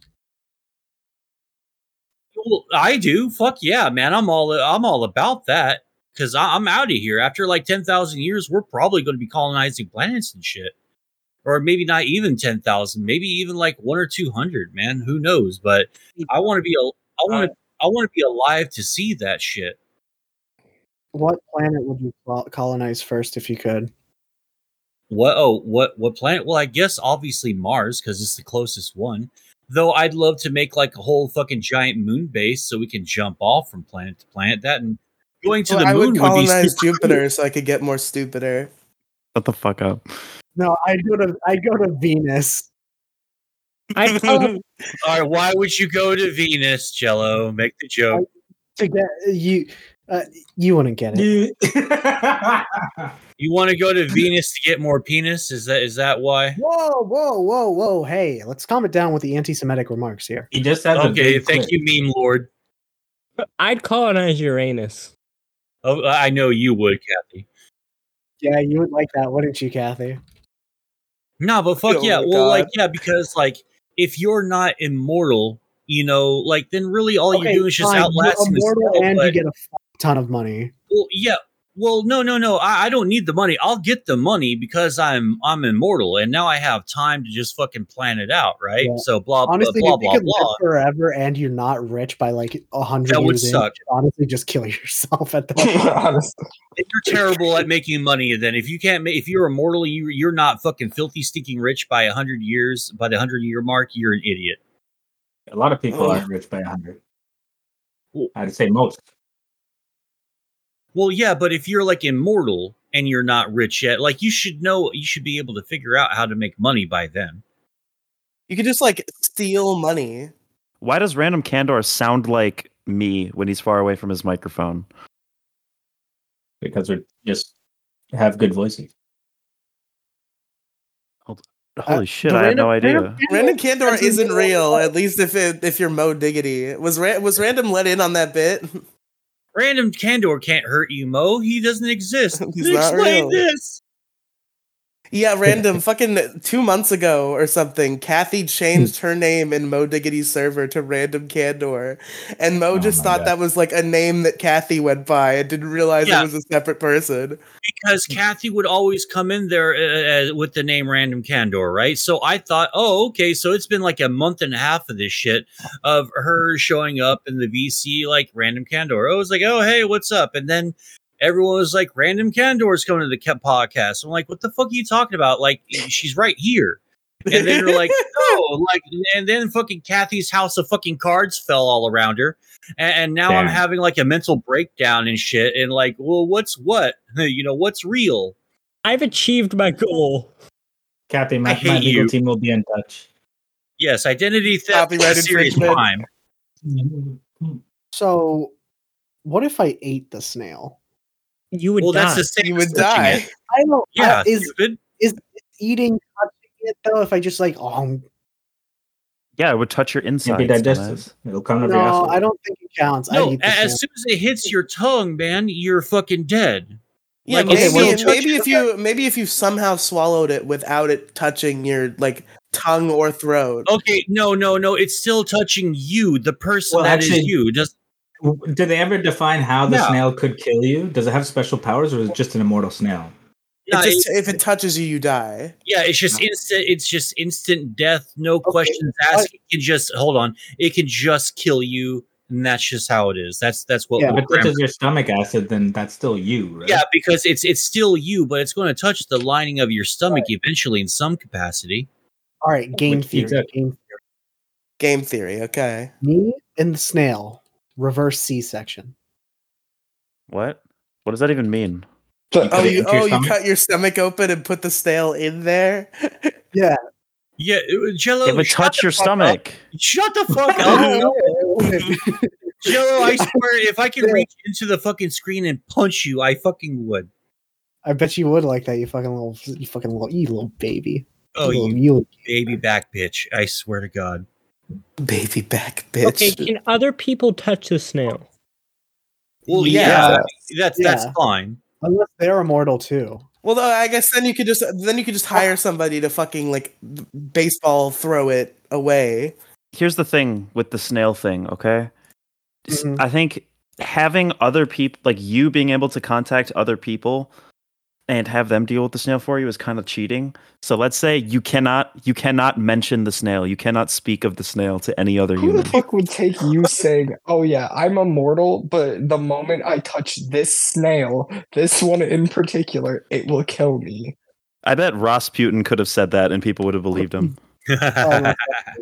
J: Well, I do. Fuck yeah, man! I'm all I'm all about that because I'm out of here. After like ten thousand years, we're probably going to be colonizing planets and shit, or maybe not even ten thousand, maybe even like one or two hundred. Man, who knows? But I want to be al- I want to I want to be alive to see that shit.
F: what planet would you col- colonize first if you could?
J: What? Oh, what? What planet? Well, I guess obviously Mars because it's the closest one. Though I'd love to make like a whole fucking giant moon base so we can jump off from planet to planet. That and going to
C: Well,
J: the
C: I
J: moon
C: would
J: would be
C: colonize Jupiter so I could get more stupider.
D: Shut the fuck up.
F: No, I go to I go to Venus.
I: I call
J: All right, why would you go to Venus, Jello? Make the joke.
F: to get you uh, you wouldn't get it
J: You want to go to Venus to get more penis? Is that is that why?
F: whoa whoa whoa whoa Oh, hey let's calm it down with the anti-semitic remarks here
H: He just has a
J: Okay,
H: big
J: thank
H: clip.
J: you, meme lord.
I: I'd colonize Uranus.
J: Oh, I I know you would, Kathy.
F: yeah you would like that wouldn't you kathy
J: No, but fuck
C: Oh
J: yeah.
C: my
J: Well, like
C: God.
J: yeah, because like if you're not immortal, you know, like then really all you're
F: Okay,
J: doing is just
F: fine, you're
J: outlasting the
F: immortal
J: spell,
F: and
J: but-
F: you get a fuck ton of money
J: Well, yeah. Well, no, no, no. I, I don't need the money. I'll get the money because I'm I'm immortal, and now I have time to just fucking plan it out, right?
F: Yeah.
J: So blah blah
F: honestly
J: blah
F: if you
J: blah
F: could
J: blah.
F: live forever and you're not rich by like a hundred
J: That would
F: years in,
J: suck.
F: you should honestly just kill yourself at that point.
E: Honestly.
J: If you're terrible at making money, then if you can't, ma- if you're immortal, you you're not fucking filthy, stinking rich by a hundred years. By the hundred year mark, you're an idiot.
H: A lot of people
C: Ugh.
H: aren't rich by 100.
J: Oh. Well-
H: I'd say most.
J: Well, yeah, but if you're like immortal and you're not rich yet, like you should know, you should be able to figure out how to make money by then.
C: You could just like steal money.
D: Why does random Candor sound like me when he's far away from his microphone?
H: because we just have good voices.
D: Holy
F: Uh,
D: shit,
F: the
D: I had no
F: random-
D: idea.
F: random-
C: Random Candor
F: That's
C: isn't
F: real.
C: real, at least if it, if you're Mo Diggity. Was ra- was random let in on that bit?
J: Random Candor can't hurt you, Mo. He doesn't exist.
C: He's not
J: Explain
C: real.
J: this.
C: Yeah, random. fucking two months ago or something, Kathy changed
H: Hmm.
C: her name in Mo Diggity's server to Random Candor, and Mo
H: Oh
C: just
H: my
C: thought
H: God.
C: that was like a name that Kathy went by and didn't realize
J: Yeah.
C: it was a separate person.
J: because Kathy would always come in there uh, uh, with the name Random Candor, right? So I thought, oh, okay, so it's been like a month and a half of this shit of her showing up in the VC like Random Candor. I was like, oh, hey, what's up? And then everyone was like, Random Candor's coming to the ke- podcast. I'm like, what the fuck are you talking about? Like, she's right here. And then they're like, no, like, and then fucking Kathy's house of fucking cards fell all around her. And, and now I'm
H: Damn.
J: having like a mental breakdown and shit. And like, well, what's what? You know, what's real?
I: I've achieved my goal.
H: Kathy,
J: I
H: my,
J: hate
H: my legal
J: you.
H: team will be in touch.
J: Yes, identity theft is
C: Copyright
J: a serious
C: infringement.
J: crime.
F: so what if i ate the snail
I: You would
J: Well,
I: die.
J: that's the same.
C: You
J: as
C: would
J: touching
C: die.
J: it.
F: i don't I-
J: Yeah,
F: is
J: stupid.
F: eating touching it though if i just like oh I'm-
D: Yeah, it would touch your
H: It'll be
D: insides.
H: digested.
D: dumbass.
H: It'll come to the
F: no
H: asshole.
F: i don't think it counts i
J: No,
F: eat
J: a-
F: the snail.
J: as soon as it hits your tongue, man, you're fucking dead.
C: Yeah,
J: Like,
H: okay,
C: maybe
H: well-
C: maybe if you maybe if you somehow swallowed it without it touching your like tongue or throat.
J: Okay, no, no, no. It's still touching you, the person
H: Well,
J: that is
H: actually-
J: you. Just
H: Did they ever define how the
J: No.
H: snail could kill you? Does it have special powers, or is it just an immortal snail?
J: yeah,
C: it just,
J: it-
C: if it touches you, you die.
J: yeah, it's just instant. It's just instant death. No questions asked. It can just hold on. It can just kill you, and that's just how it is. That's that's what.
F: Yeah,
H: If
J: we're
H: it touches your stomach acid, then that's still you, right?
J: Yeah, because it's it's still you, but it's going to touch the lining of your stomach eventually in some capacity.
F: All right, game
H: Which
F: theory.
H: pizza?
F: Game
C: Game theory, okay.
F: me and the snail reverse C-section.
D: What? What does that even mean?
E: So-
C: Oh,
H: Put it
C: you,
H: into your
C: oh, you
H: stomach?
C: cut your stomach open and put the snail in there.
F: Yeah.
J: Yeah, it- uh, Jello.
D: It would
J: shut
D: touch
J: the
D: your
J: fuck up.
D: stomach.
J: Shut the fuck up,
F: All
J: Jello. Oh, I swear, if I could reach into the fucking screen and punch you, I fucking would.
F: I bet you would like that. You fucking little, you fucking little, you little baby.
J: Oh,
F: you,
J: you
F: little mule.
J: baby back bitch! I swear to God.
C: Baby back, bitch.
I: Okay, can other people touch the snail?
J: Well,
C: Yeah.
J: yeah, that's that's
F: Yeah.
J: fine.
F: Unless they're immortal too.
C: Well, though, I guess then you could just then you could just hire somebody to fucking like b- baseball throw it away.
D: Here's the thing with the snail thing, okay? S-
F: Mhm.
D: I think having other people, like you being able to contact other people and have them deal with the snail for you is kind of cheating. So let's say you cannot you cannot mention the snail. You cannot speak of the snail to any other
E: Who the
D: human.
E: fuck would take you saying, "Oh yeah, I'm immortal," but the moment I touch this snail, this one in particular, it will kill me.
D: I bet Rasputin could have said that and people would have believed him.
F: Oh, no.
J: Ah.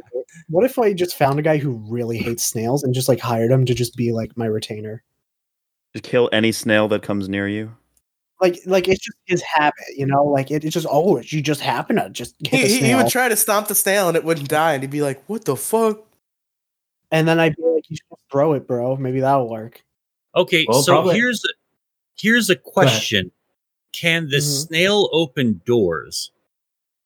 F: what if I just found a guy who really hates snails and just like hired him to just be like my retainer?
D: Just kill any snail that comes near you.
F: Like, like it's just his habit, you know. Like it, it's just oh, you just happen to just hit
C: He,
F: the
C: he, he
F: snail,
C: would try to stomp the snail and it wouldn't die, and he'd be like, "What the fuck?"
F: and then I'd be like, you should just throw it, bro. Maybe that'll work.
J: Okay,
H: Well,
J: so
H: probably-
J: here's here's a question: Can the
F: Mhm.
J: snail open doors?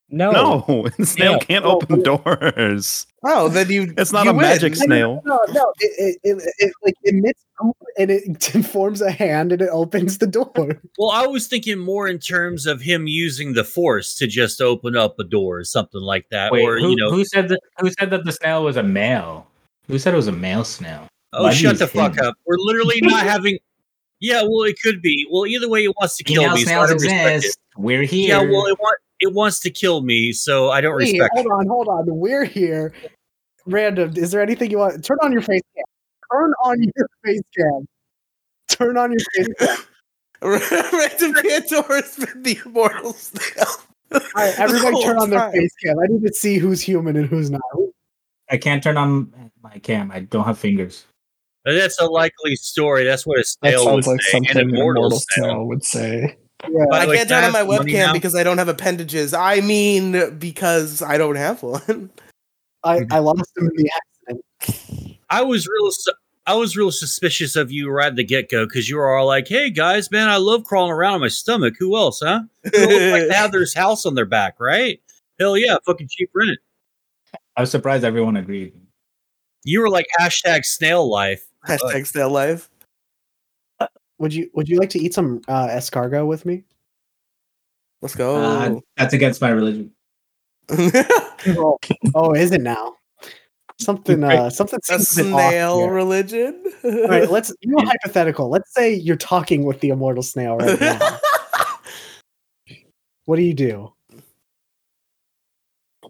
I: No.
D: No, the snail
J: Yeah.
D: can't
F: Oh,
D: open doors.
C: Oh, then you.
D: It's not
C: you
D: a
C: win.
D: magic snail.
F: No, no, it, it, it, it like emits poop and it forms a hand and it opens the door.
J: Well, I was thinking more in terms of him using the force to just open up a door or something like that,
H: Wait,
J: or
H: who,
J: you know,
H: who said that? Who said that the snail was a male? Who said it was a male snail?
J: oh
H: Why'd you
J: shut the
H: use
J: fuck
H: him?
J: up. We're literally not having. Yeah, well, it could be. Well, either way, it wants to kill
H: Female
J: me. So I
H: snails
J: don't respect it.
H: exist. We're here.
J: Yeah, well, it want it wants to kill me, so I don't
F: Hey,
J: respect.
F: hold
J: it.
F: on, hold on. We're here. Random. Is there anything you want? Turn on your face cam. Turn on your face cam. Turn on your face cam.
C: Random Pantor has been the immortal snail.
F: All right, everybody, turn on their face cam. I need to see who's human and who's not.
H: I can't turn on my cam. I don't have fingers.
J: That's a likely story. That's what a
E: That
J: snail would
E: sounds like
J: say.
E: something
J: An immortal snail.
E: snail would say.
J: By
C: I
J: the way, can
C: can't turn on
J: I
C: my
J: have some money now?
C: webcam because I don't have appendages. I mean, because I don't have one.
F: I, I lost him in the accident.
J: I was real. Su- I was real suspicious of you right at the get go because you were all like, "Hey guys, man, I love crawling around on my stomach. Who else, huh? Who else like to have their house on their back, right? Hell yeah, fucking cheap rent."
H: I was surprised everyone agreed.
J: You were like hashtag snail life.
C: Hashtag snail life.
F: Would you Would you like to eat some uh, escargot with me?
C: Let's
H: Uh,
C: go.
H: that's against my religion.
F: oh, oh, is it now? Something. Uh, something.
C: a
F: seems a bit off
C: snail
F: here.
C: religion.
F: All right, let's do a hypothetical. Let's say you're talking with the immortal snail right now. what do you do?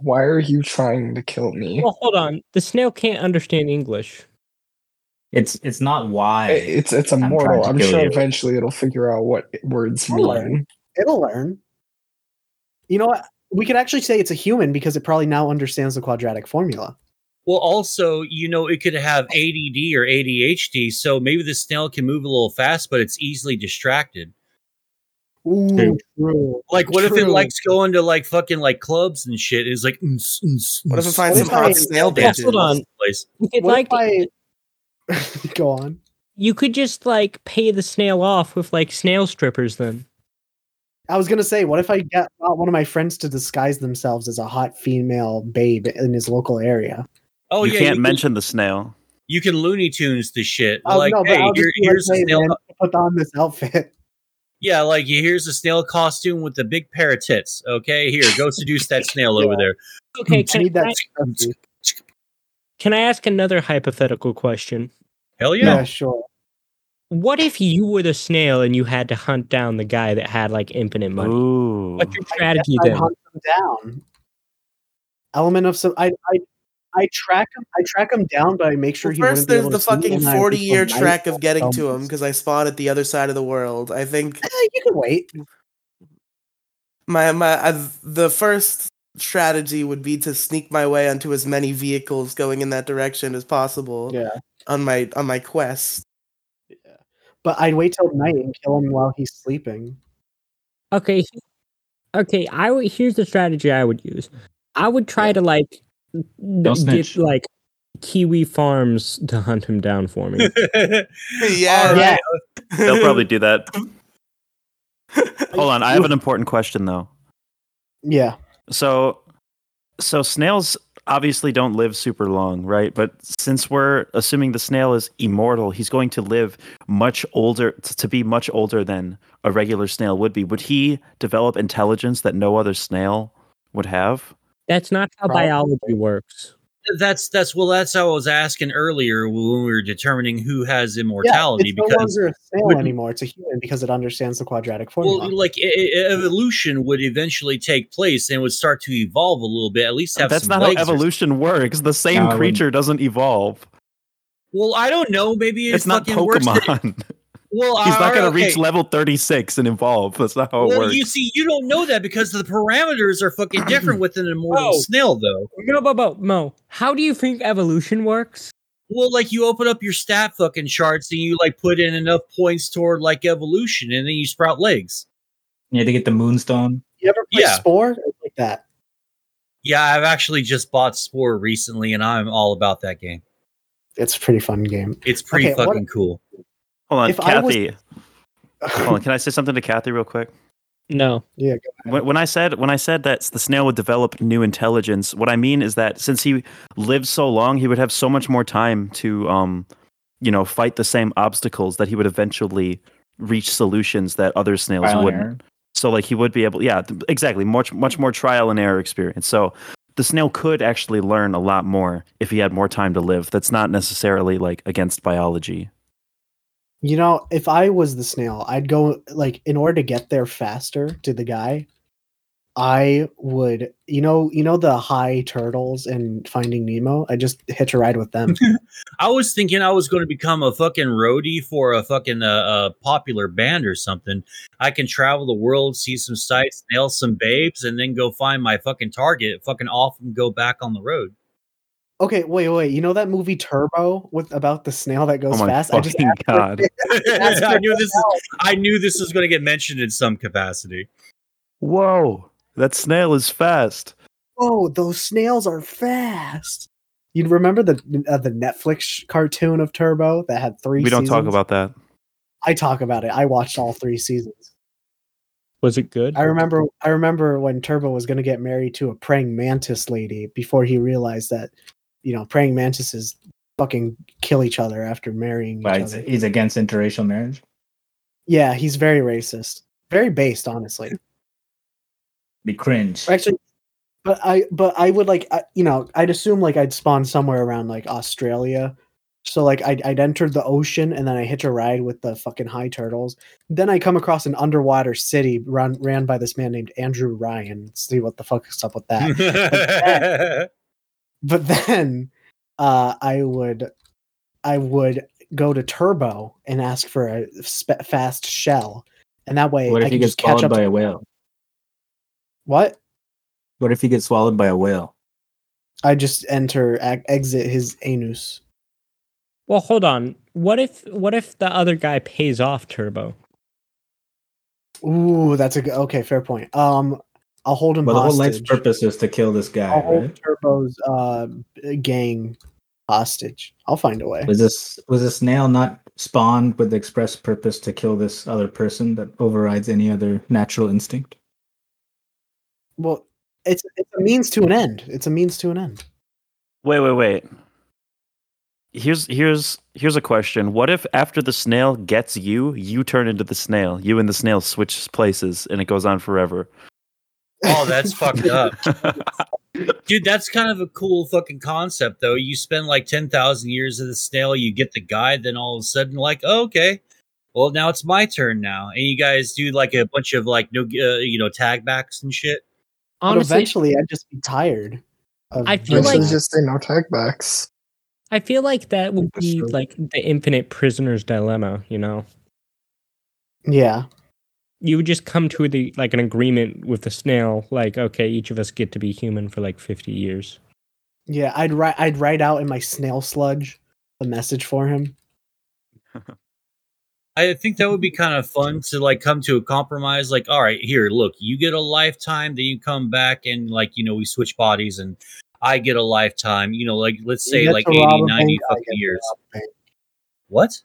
E: Why are you trying to kill me?
I: Well, hold on. The snail can't understand English.
H: It's it's not why.
E: I- It's it's
H: trying
E: immortal.
H: to
E: I'm
H: kill
E: sure
H: you.
E: eventually it'll figure out what words
F: I'll learn.
E: mean.
F: It'll learn. You know what? We could actually say it's a human because it probably now understands the quadratic formula.
J: Well, also, you know, it could have ADD or ADHD, so maybe the snail can move a little fast, but it's easily distracted.
F: Ooh,
H: True.
F: true.
J: Like, what if it
F: True.
J: likes going to like fucking like clubs and shit? And it's like, "Mm-s, mm-s,
C: What if I
J: mm-s,"
C: find
F: What
C: some
F: if I-
C: hot snail
I: Yeah,
C: bitches?
I: hold on.
J: place?
I: You could,
F: What
I: like,
F: if I go on?
I: you could just like pay the snail off with like snail strippers then.
F: I was gonna say, what if I got got one of my friends to disguise themselves as a hot female babe in his local area?
J: Oh
D: you
J: yeah,
D: can't
J: you
D: mention the snail.
J: Can, you can Looney Tunes the shit.
F: Oh,
J: like,
F: no, but
J: hey,
F: I'll just
J: here,
F: be like,
J: here's
F: "Hey,
J: the snail.
F: man, put on this outfit.
J: Yeah, like here's a snail costume with the big pair of tits. Okay, here, go seduce that snail over there.
E: Hmm.
I: Okay,
F: I
I: can,
F: need that.
I: I,
F: stuff, dude.
I: can I ask another hypothetical question?
J: Hell yeah.
F: Yeah, sure.
I: What if you were the snail and you had to hunt down the guy that had like infinite money?
D: Ooh.
I: What's your
F: I
I: strategy
F: guess I'd
I: then?
F: hunt them down. Element of some. I I I track him. I track him down, but I make sure
C: Well,
F: he
C: first,
F: wouldn't be
C: there's
F: able
C: the
F: to see me,
C: fucking
F: and I wait
C: 40
F: till
C: year
F: night.
C: track of getting
F: Um,
C: to him because I spawn at the other side of the world. I think
F: Eh, you can wait.
C: my my i the first strategy would be to sneak my way onto as many vehicles going in that direction as possible
F: Yeah.
C: on my on my quest.
F: But I'd wait till night and kill him while he's sleeping.
I: Okay. he- Okay, I would here's the strategy I would use. I would try to like n-
H: snitch.
I: get like Kiwi Farms to hunt him down for me.
C: yeah,
F: Yeah.
D: They'll probably do that. Hold on, I have an important question though.
F: Yeah.
D: So, so snails obviously don't live super long, right? But since we're assuming the snail is immortal, he's going to live much older t- to be much older than a regular snail would be. Would he develop intelligence that no other snail would have?
I: That's not how
F: Probably.
I: biology works.
J: That's that's well, that's how I was asking earlier when we were determining who has immortality
F: yeah, it's no
J: because.
F: longer a snail
J: wouldn't-
F: anymore. It's a human because it understands the quadratic formula.
J: Well, like e- e- evolution would eventually take place and would start to evolve a little bit, at least have
D: That's
J: some
D: not how
J: legs or
D: evolution works. The
H: No, I
D: same
H: wouldn't.
D: creature doesn't evolve.
J: Well, I don't know. Maybe it
D: It's not
J: fucking works that-
D: Pokemon.
J: Well,
D: He's not
J: alright,
D: going to
J: okay.
D: reach level 36 and evolve. That's not how it
J: Well,
D: works.
J: you see, you don't know that because the parameters are fucking different with an immortal
I: Oh.
J: snail, though.
I: No, but Mo, Mo, how do you think evolution works?
J: Well, like you open up your stat fucking charts and you like put in enough points toward like evolution, and then you sprout legs.
H: You had to get the moonstone.
F: you ever play
J: yeah.
F: Spore? It's like that.
J: Yeah, I've actually just bought Spore recently, and I'm all about that game.
F: It's a pretty fun game.
J: It's pretty
F: Okay, what-
J: fucking cool.
D: Hold on,
F: If I was-
D: Kathy. Hold on, can I say something to Kathy real quick?
I: No.
F: yeah.
D: When, when I said when I said that the snail would develop new intelligence, what I mean is that since he lived so long, he would have so much more time to, um, you know, fight the same obstacles that he would eventually reach solutions that other snails
H: Trial and
D: wouldn't.
H: error.
D: So like he would be able, yeah, th- exactly, much much more trial and error experience. So the snail could actually learn a lot more if he had more time to live. That's not necessarily like against biology.
F: You know, if I was the snail, I'd go like in order to get there faster to the guy. I would, you know, you know the high turtles in Finding Nemo. I just hitch a ride with them.
J: I was thinking I was going to become a fucking roadie for a fucking uh, a popular band or something. I can travel the world, see some sights, nail some babes, and then go find my fucking target. Fucking off and go back on the road.
F: okay, wait, wait. You know that movie Turbo with about the snail that goes
D: oh my
F: fast? I just
D: fucking
F: asked for-
D: god!
F: asked
J: I
F: for
J: knew this.
F: help.
J: I knew this was going to get mentioned in some capacity.
D: Whoa, that snail is fast.
F: Oh, those snails are fast. You remember the uh, the Netflix cartoon of Turbo that had three?
D: We don't talk
F: seasons?
D: about that.
F: I talk about it. I watched all three seasons.
I: Was it good?
F: I remember I remember when Turbo was going to get married to a praying mantis lady before he realized that you know praying mantises fucking kill each other after marrying each
H: But he's,
F: other.
H: he's against interracial marriage.
F: yeah, he's very racist. Very based, honestly.
H: Be cringe.
F: Actually, but I but I would like I, you know, I'd assume like I'd spawn somewhere around like Australia. So like I'd, I'd entered the ocean and then I hitch a ride with the fucking high turtles. Then I come across an underwater city run ran by this man named Andrew Ryan. See what the fuck is up with that. but then uh, I would I would go to Turbo and ask for a spe- fast shell, and that way
H: What
F: I
H: if he
F: can
H: gets
F: just catch
H: swallowed
F: up.
H: by
F: to-
H: a whale?
F: what
H: What if he gets swallowed by a whale?
F: I just enter ac- exit his anus.
I: Well, hold on. What if what if the other guy pays off Turbo?
F: Ooh, that's a good. Okay, fair point. Um, I'll hold him
H: Well, the whole life's
F: hostage. Oh,
H: purpose is to kill this guy,
F: I'll hold
H: right?
F: Turbo's uh gang hostage. I'll find a way.
H: Was this was this snail not spawned with the express purpose to kill this other person that overrides any other natural instinct?
F: Well, it's it's a means to an end. It's a means to an end.
D: Wait, wait, wait. here's here's here's a question. What if after the snail gets you, you turn into the snail? You and the snail switch places, and it goes on forever.
J: Oh, that's fucked up. Dude, that's kind of a cool fucking concept, though. You spend like 10,000 years of the snail, you get the guy, then all of a sudden, like, oh, okay, well, now it's my turn now. And you guys do like a bunch of like, no, uh, you know, tag backs and shit.
F: but eventually, I'd just be tired. Of
I: I feel like-
E: Eventually just say no tag backs.
I: I feel like that would be like the infinite prisoner's dilemma, you know.
F: yeah,
I: You would just come to the like an agreement with the snail, like, okay, each of us get to be human for like fifty years.
F: yeah. I'd write. I'd write out in my snail sludge a message for him.
J: I think that would be kind of fun to like come to a compromise. Like, all right, here, look, you get a lifetime, then you come back and like, you know, we switch bodies and I get a lifetime, you know, like, let's
F: You
J: say
F: get
J: like
F: to
J: 80,
F: rob a
J: 90
F: bank, I
J: fucking
F: get to
J: years.
F: rob a bank.
J: What?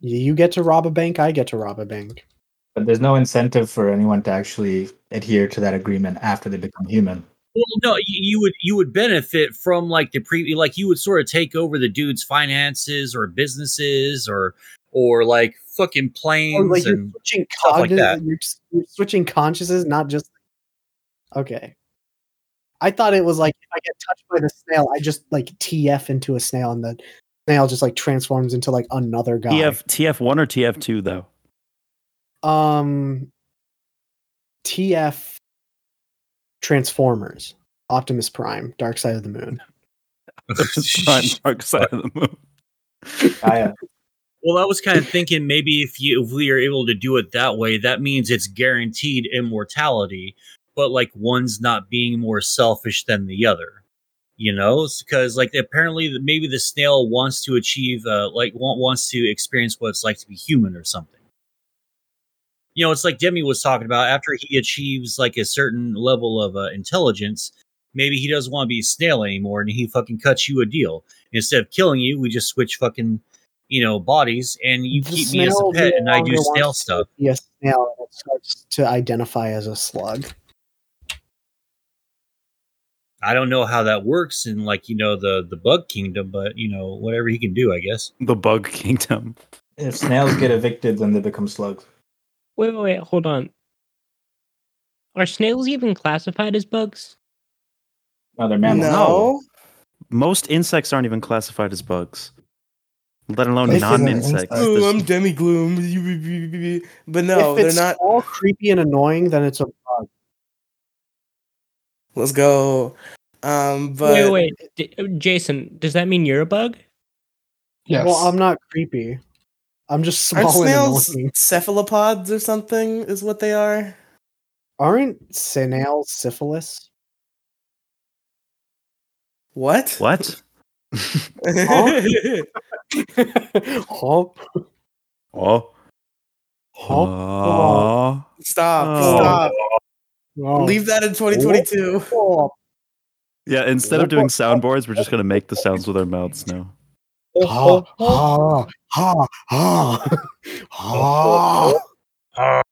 F: You you get to rob a bank. I get to rob a bank.
H: But there's no incentive for anyone to actually adhere to that agreement after they become human.
J: Well, no, you, you would you would benefit from like the pre like you would sort of take over the dude's finances or businesses or or like fucking
F: Oh,
J: planes
F: like you're
J: and
F: switching
J: stuff like
F: cogniz-
J: that.
F: you're, s- you're switching consciousness, not just. Okay. I thought it was like if I get touched by the snail, I just like TF into a snail, and the snail just like transforms into like another guy.
D: TF TF one or TF two though.
F: Um, TF Transformers, Optimus Prime, Dark Side of the Moon.
D: Prime Dark Side of the Moon.
H: Gaia.
J: Well, I was kind of thinking maybe if you if we are able to do it that way, that means it's guaranteed immortality, but like one's not being more selfish than the other. You know, because like apparently the- maybe the snail wants to achieve uh like wa- wants to experience what it's like to be human or something. You know, it's like Demi was talking about after he achieves like a certain level of uh, intelligence, maybe he doesn't want to be a snail anymore and he fucking cuts you a deal. Instead of killing you, we just switch fucking you know, bodies, and you
F: The
J: keep me as a
F: snail
J: pet,
F: no
J: and I do
F: longer
J: snail
F: wants
J: stuff.
F: Yes, snail and it starts to identify as a slug.
J: I don't know how that works in like you know the the bug kingdom, but you know whatever he can do, I guess.
D: The Bug Kingdom.
H: If snails get evicted, then they become slugs.
I: Wait, wait, wait, hold on. Are snails even classified as bugs?
H: No, they're mammals.
D: No. Most insects aren't even classified as bugs, let alone
C: If it's an
D: non insects.
H: insect-
C: Ooh, I'm demi gloom. But no,
F: if
C: they're
F: it's
C: not.
F: all creepy and annoying, then it's a bug.
C: Let's go. Um, but
I: wait, wait, wait. D- Jason, does that mean you're a bug?
E: Yes.
F: Well, I'm not creepy. I'm just
C: aren't
F: small and
C: snails
F: annoying.
C: cephalopods or something? Is what they are.
F: Aren't snails syphilis?
C: What?
D: What?
F: huh?
D: Oh.
F: Huh?
D: Oh.
C: stop!
D: Oh.
C: Stop!
F: Oh.
C: Leave that in 2022.
F: Oh.
D: Yeah, instead of doing soundboards, we're just going to make the sounds with our mouths now.
F: Ha, ha, ha, ha, ha,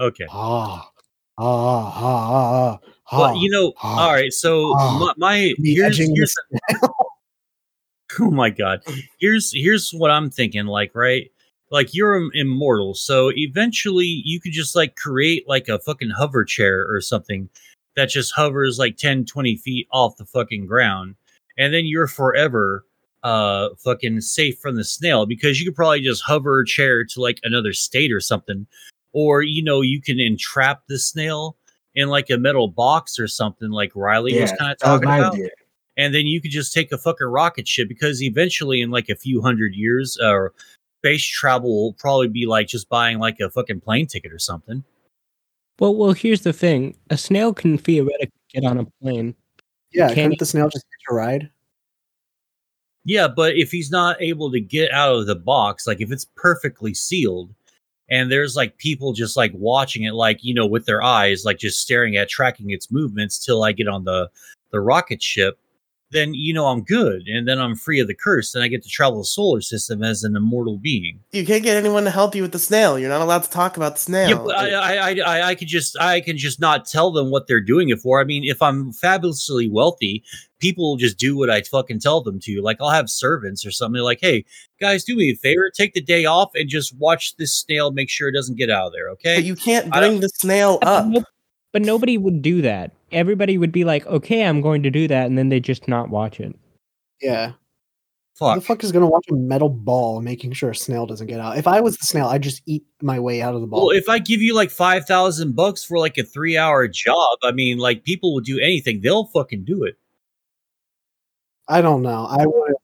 J: Okay,
F: ha, ha, ha, ha.
J: well you know,
F: huh.
J: all right. So
F: Huh.
J: my, my
F: Me
J: here's,
F: edging
J: here's oh my god, here's here's what I'm thinking. Like right, like you're im- immortal, so eventually you could just like create like a fucking hover chair or something that just hovers like 10, 20 feet off the fucking ground, and then you're forever uh fucking safe from the snail because you could probably just hover a chair to like another state or something or you know you can entrap the snail in like a metal box or something like Riley was kind of
H: that was
J: talking
H: my
J: about
H: idea.
J: and then you could just take a fucking rocket ship because eventually in like a few hundred years uh, space travel will probably be like just buying like a fucking plane ticket or something
I: Well, well, here's the thing. A snail can theoretically get on a plane.
F: Yeah,
I: Can
F: couldn't
I: you-
F: the snail just hitch a ride?
J: yeah but if he's not able to get out of the box like if it's perfectly sealed and there's like people just like watching it like you know with their eyes like just staring at tracking its movements till i get on the the rocket ship then you know I'm good, and then I'm free of the curse, and I get to travel the solar system as an immortal being.
C: You can't get anyone to help you with the snail. You're not allowed to talk about the snail.
J: Yeah, but I, I, I, I, I could just, I can just not tell them what they're doing it for. I mean, if I'm fabulously wealthy, people will just do what I fucking tell them to. Like, I'll have servants or something. They're like, hey, guys, do me a favor, take the day off, and just watch this snail. Make sure it doesn't get out of there. Okay.
C: But you can't
J: I don't-
C: bring the snail up.
I: Nope. But nobody would do that. Everybody would be like, okay, I'm going to do that. And then they just not watch it.
F: Yeah. Who the
J: Fuck.
F: fuck is gonna watch a metal ball making sure a snail doesn't get out? If I was the snail, I'd just eat my way out of the ball.
J: Well, if I give you like five thousand bucks for like a three-hour job, I mean, like people will do anything. They'll fucking do it.
F: I don't know. I would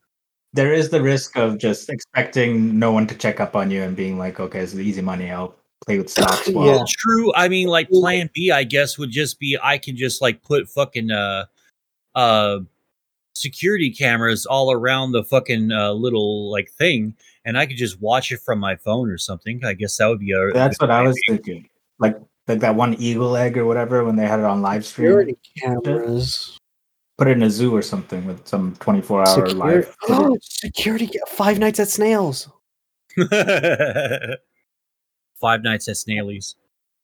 H: There is the risk of just expecting no one to check up on you and being like, okay, it's easy money. I'll play with stocks. While
F: Yeah.
J: True. I mean, like Plan B, I guess, would just be I can just like put fucking uh, uh, security cameras all around the fucking uh, little like thing, and I could just watch it from my phone or something. I guess that would be a.
H: That's what I was thinking. Like like that one eagle egg or whatever when they had it on live stream.
F: security cameras.
H: Put it in a zoo or something with some 24 hour
F: Security.
H: live.
F: Oh,
H: footage.
F: security. ca- Five Nights at Snails.
J: Five Nights at Snailys.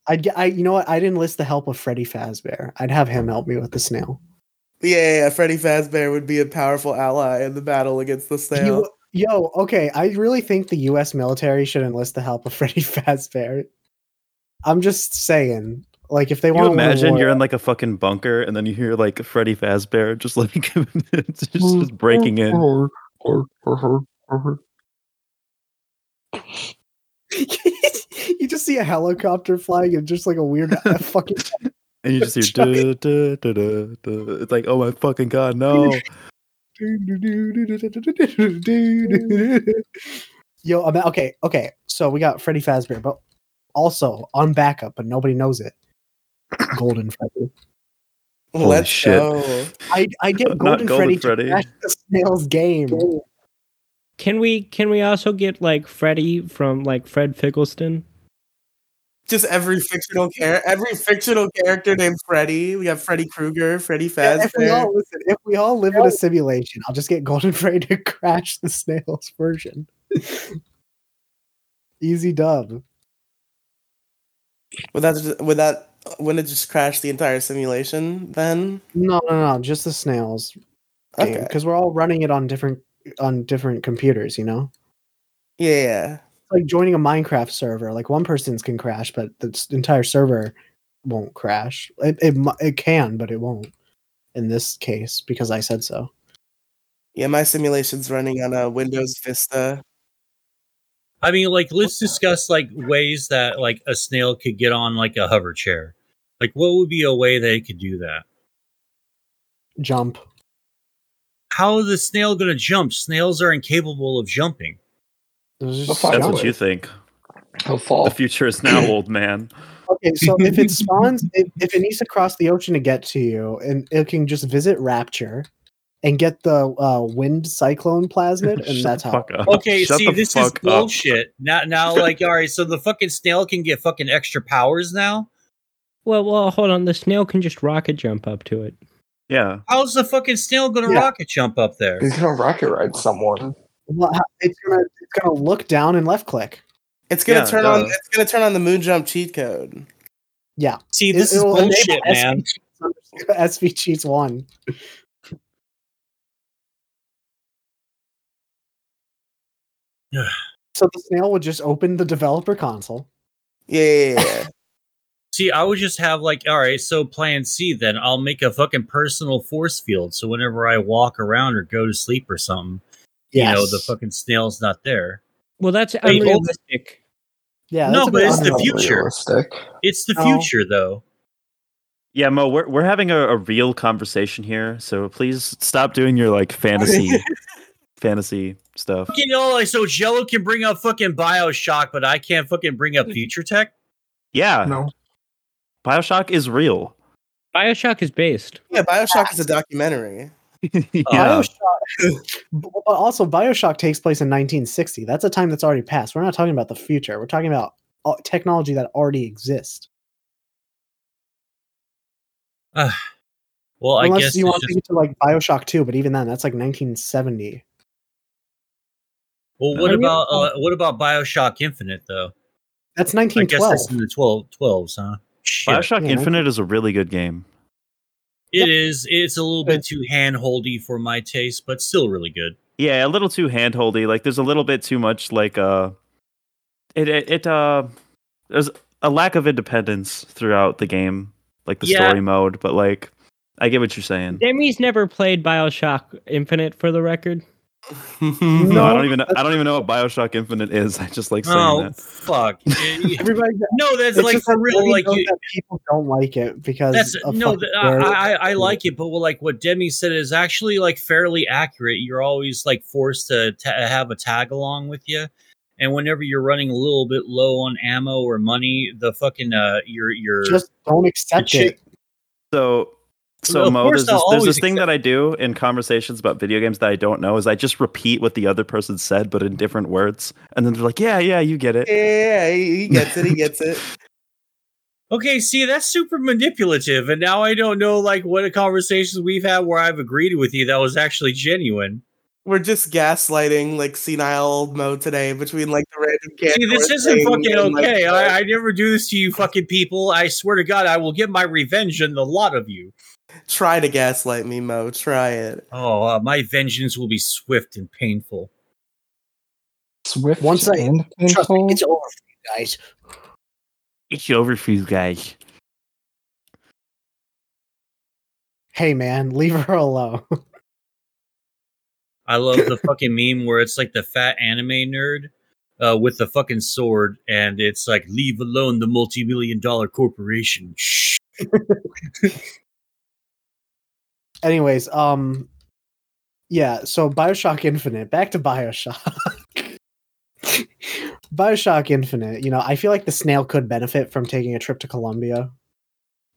F: I'd get. I. You know what? I didn't list the help of Freddy Fazbear. I'd have him help me with the snail.
C: Yeah, yeah, yeah, Freddy Fazbear would be a powerful ally in the battle against the
F: You-
C: snail.
F: yo, okay. I really think the U.S. military should enlist the help of Freddy Fazbear. I'm just saying. Like, if they
D: Can
F: want
D: you
F: to
D: imagine you're in like a fucking bunker and then you hear like Freddy Fazbear just like just,
F: Mm.
D: just breaking in.
F: you just see a helicopter flying and just like a weird a fucking
D: And you just hear duh, duh, duh, duh, duh. it's like, oh my fucking god, no.
F: yo I'm, okay okay so we got freddy fazbear but also on backup but nobody knows it golden freddy
D: Holy
C: Let's
D: shit.
C: go.
F: i i get
D: Not
F: golden,
D: Golden
F: freddy,
D: Freddy.
F: to crash the snail's game
I: Can we can we also get like Freddy from like Fred Fickleston?
C: Just every fictional character, every fictional character named Freddy. We got Freddy Krueger, Freddy
F: Yeah, if we
C: Fazbear.
F: all listen if we all live in a simulation i'll just get golden freddy to crash the snail's version easy dub
C: Would that just, would that would it just crash the entire simulation then?
F: no no no just the snails
C: Okay.
F: because we're all running it on different on different computers you know
C: Yeah, yeah.
F: it's like joining a minecraft server like one person's can crash but the s- entire server won't crash it, it, mu- it can but it won't in this case because i said so
C: Yeah, my simulation's running on a Windows Vista.
J: I mean, like, let's discuss like ways that like a snail could get on like a hover chair. Like, what would be a way they could do that?
F: jump
J: How is the snail going to jump? Snails are incapable of jumping.
F: It was
E: The
F: just
E: fuck Oh.
D: That's
F: jump.
D: what you think.
E: He'll fall.
D: The future is now, old man.
F: okay so if it spawns if, if it needs to cross the ocean to get to you and it can just visit rapture and get the uh, wind cyclone plasmid and
D: Shut
F: that's
D: the
F: how
D: fuck up.
J: Okay,
D: Shut
J: see,
D: the
J: this is
D: fuck up.
J: bullshit. Now, now, like, all right, so the fucking snail can get fucking extra powers now.
I: Well, well, hold on. The snail can just rocket jump up to it.
D: Yeah.
J: How's the fucking snail going to
F: Yeah.
J: rocket jump up there?
E: He's gonna rocket ride someone.
F: Well, how- it's gonna it's gonna look down and left click
C: It's gonna
D: Yeah,
C: turn on.
D: duh.
C: It's gonna turn on the moon jump cheat code.
J: See,
F: It-
J: this is
F: it'll enable
J: bullshit,
F: SVG
J: man.
F: SV cheats one. so the snail would just open the developer console.
C: Yeah, yeah, yeah.
J: See, I would just have like, all right, so plan C then. I'll make a fucking personal force field. So whenever I walk around or go to sleep or something, you know, the
F: Yes.
J: fucking snail's not there.
I: Well, that's
J: Wait, hold-
I: unrealistic.
F: Yeah.
J: No,
F: that's a
J: but
F: bit
J: it's the
F: unreal.
J: future.
E: Realistic.
J: It's the
F: No.
J: future, though.
D: Yeah, Mo, we're we're having a, a real conversation here, so please stop doing your like fantasy fantasy stuff.
J: Fucking you know, like, so Jello can bring up fucking Bioshock, but I can't fucking bring up future tech.
D: Yeah,
E: No.
D: Bioshock is real.
I: Bioshock is based.
C: Yeah, Bioshock is a documentary.
D: Um, yeah.
F: Bioshock, but also Bioshock takes place in 1960. That's a time that's already passed. We're not talking about the future. We're talking about uh, technology that already exists.
J: Well, I
F: Unless
J: guess
F: you
J: it's
F: want to
J: just-
F: get to like Bioshock 2, but even then, that's like 1970.
J: well, what
F: I mean-
J: about uh, what about Bioshock Infinite though?
F: That's
J: I guess
F: 1912.
J: that's in the 12, 12s, huh?
D: Bioshock
F: Yeah,
D: Infinite is a really good game.
J: It is. It's a little bit too handholdy for my taste, but still really good.
D: Yeah, a little too handholdy. Like there's a little bit too much like uh it it, it uh there's a lack of independence throughout the game, like the
I: Yeah.
D: story mode, but like I get what you're saying.
I: Demi's never played Bioshock Infinite for the record.
D: no, I don't even know, I don't even know what BioShock Infinite is. I just like saying
J: Oh,
D: that.
J: Fuck.
F: Everybody,
J: no, that's like
F: just
J: for
F: that
J: real,
F: Debbie
J: like,
F: knows
J: you-
F: that people don't like it because
J: That's
F: of
J: no,
F: fucking
J: th- I, I
F: nerds.
J: I like it, but well, like what Demi said is actually like fairly accurate. You're always like forced to ta- have a tag along with you, and whenever you're running a little bit low on ammo or money, the fucking uh, your your
F: just don't accept
J: chick-
F: it.
D: So so
J: Well, of
D: Mo,
J: course
D: there's this,
J: I'll
D: there's
J: always
D: this thing that I do in conversations about video games that I don't know is I just repeat what the other person said but in different words, and then they're like, "Yeah, yeah, you get it."
C: Yeah, he, he gets it. He gets it.
J: Okay, see, that's super manipulative, and now I don't know like what a conversations we've had where I've agreed with you that was actually genuine.
C: We're just gaslighting like senile old Mo today between like the random can't.
J: See, this isn't fucking okay. I, I never do this to you, fucking people. I swear to God, I will get my revenge on the lot of you.
C: Try to gaslight me, Mo. Try it.
J: Oh, uh, my vengeance will be swift and painful.
E: Swift
F: Once I-
E: and
F: Trust me,
E: painful.
F: it's over for you guys.
D: It's over for you guys.
F: Hey man, leave her alone.
J: I love the fucking meme where it's like the fat anime nerd uh, with the fucking sword, and it's like, leave alone the multi million dollar corporation. Shh.
F: Anyways, um, yeah. So Bioshock Infinite. Back to Bioshock. Bioshock Infinite. You know, I feel like the snail could benefit from taking a trip to Colombia,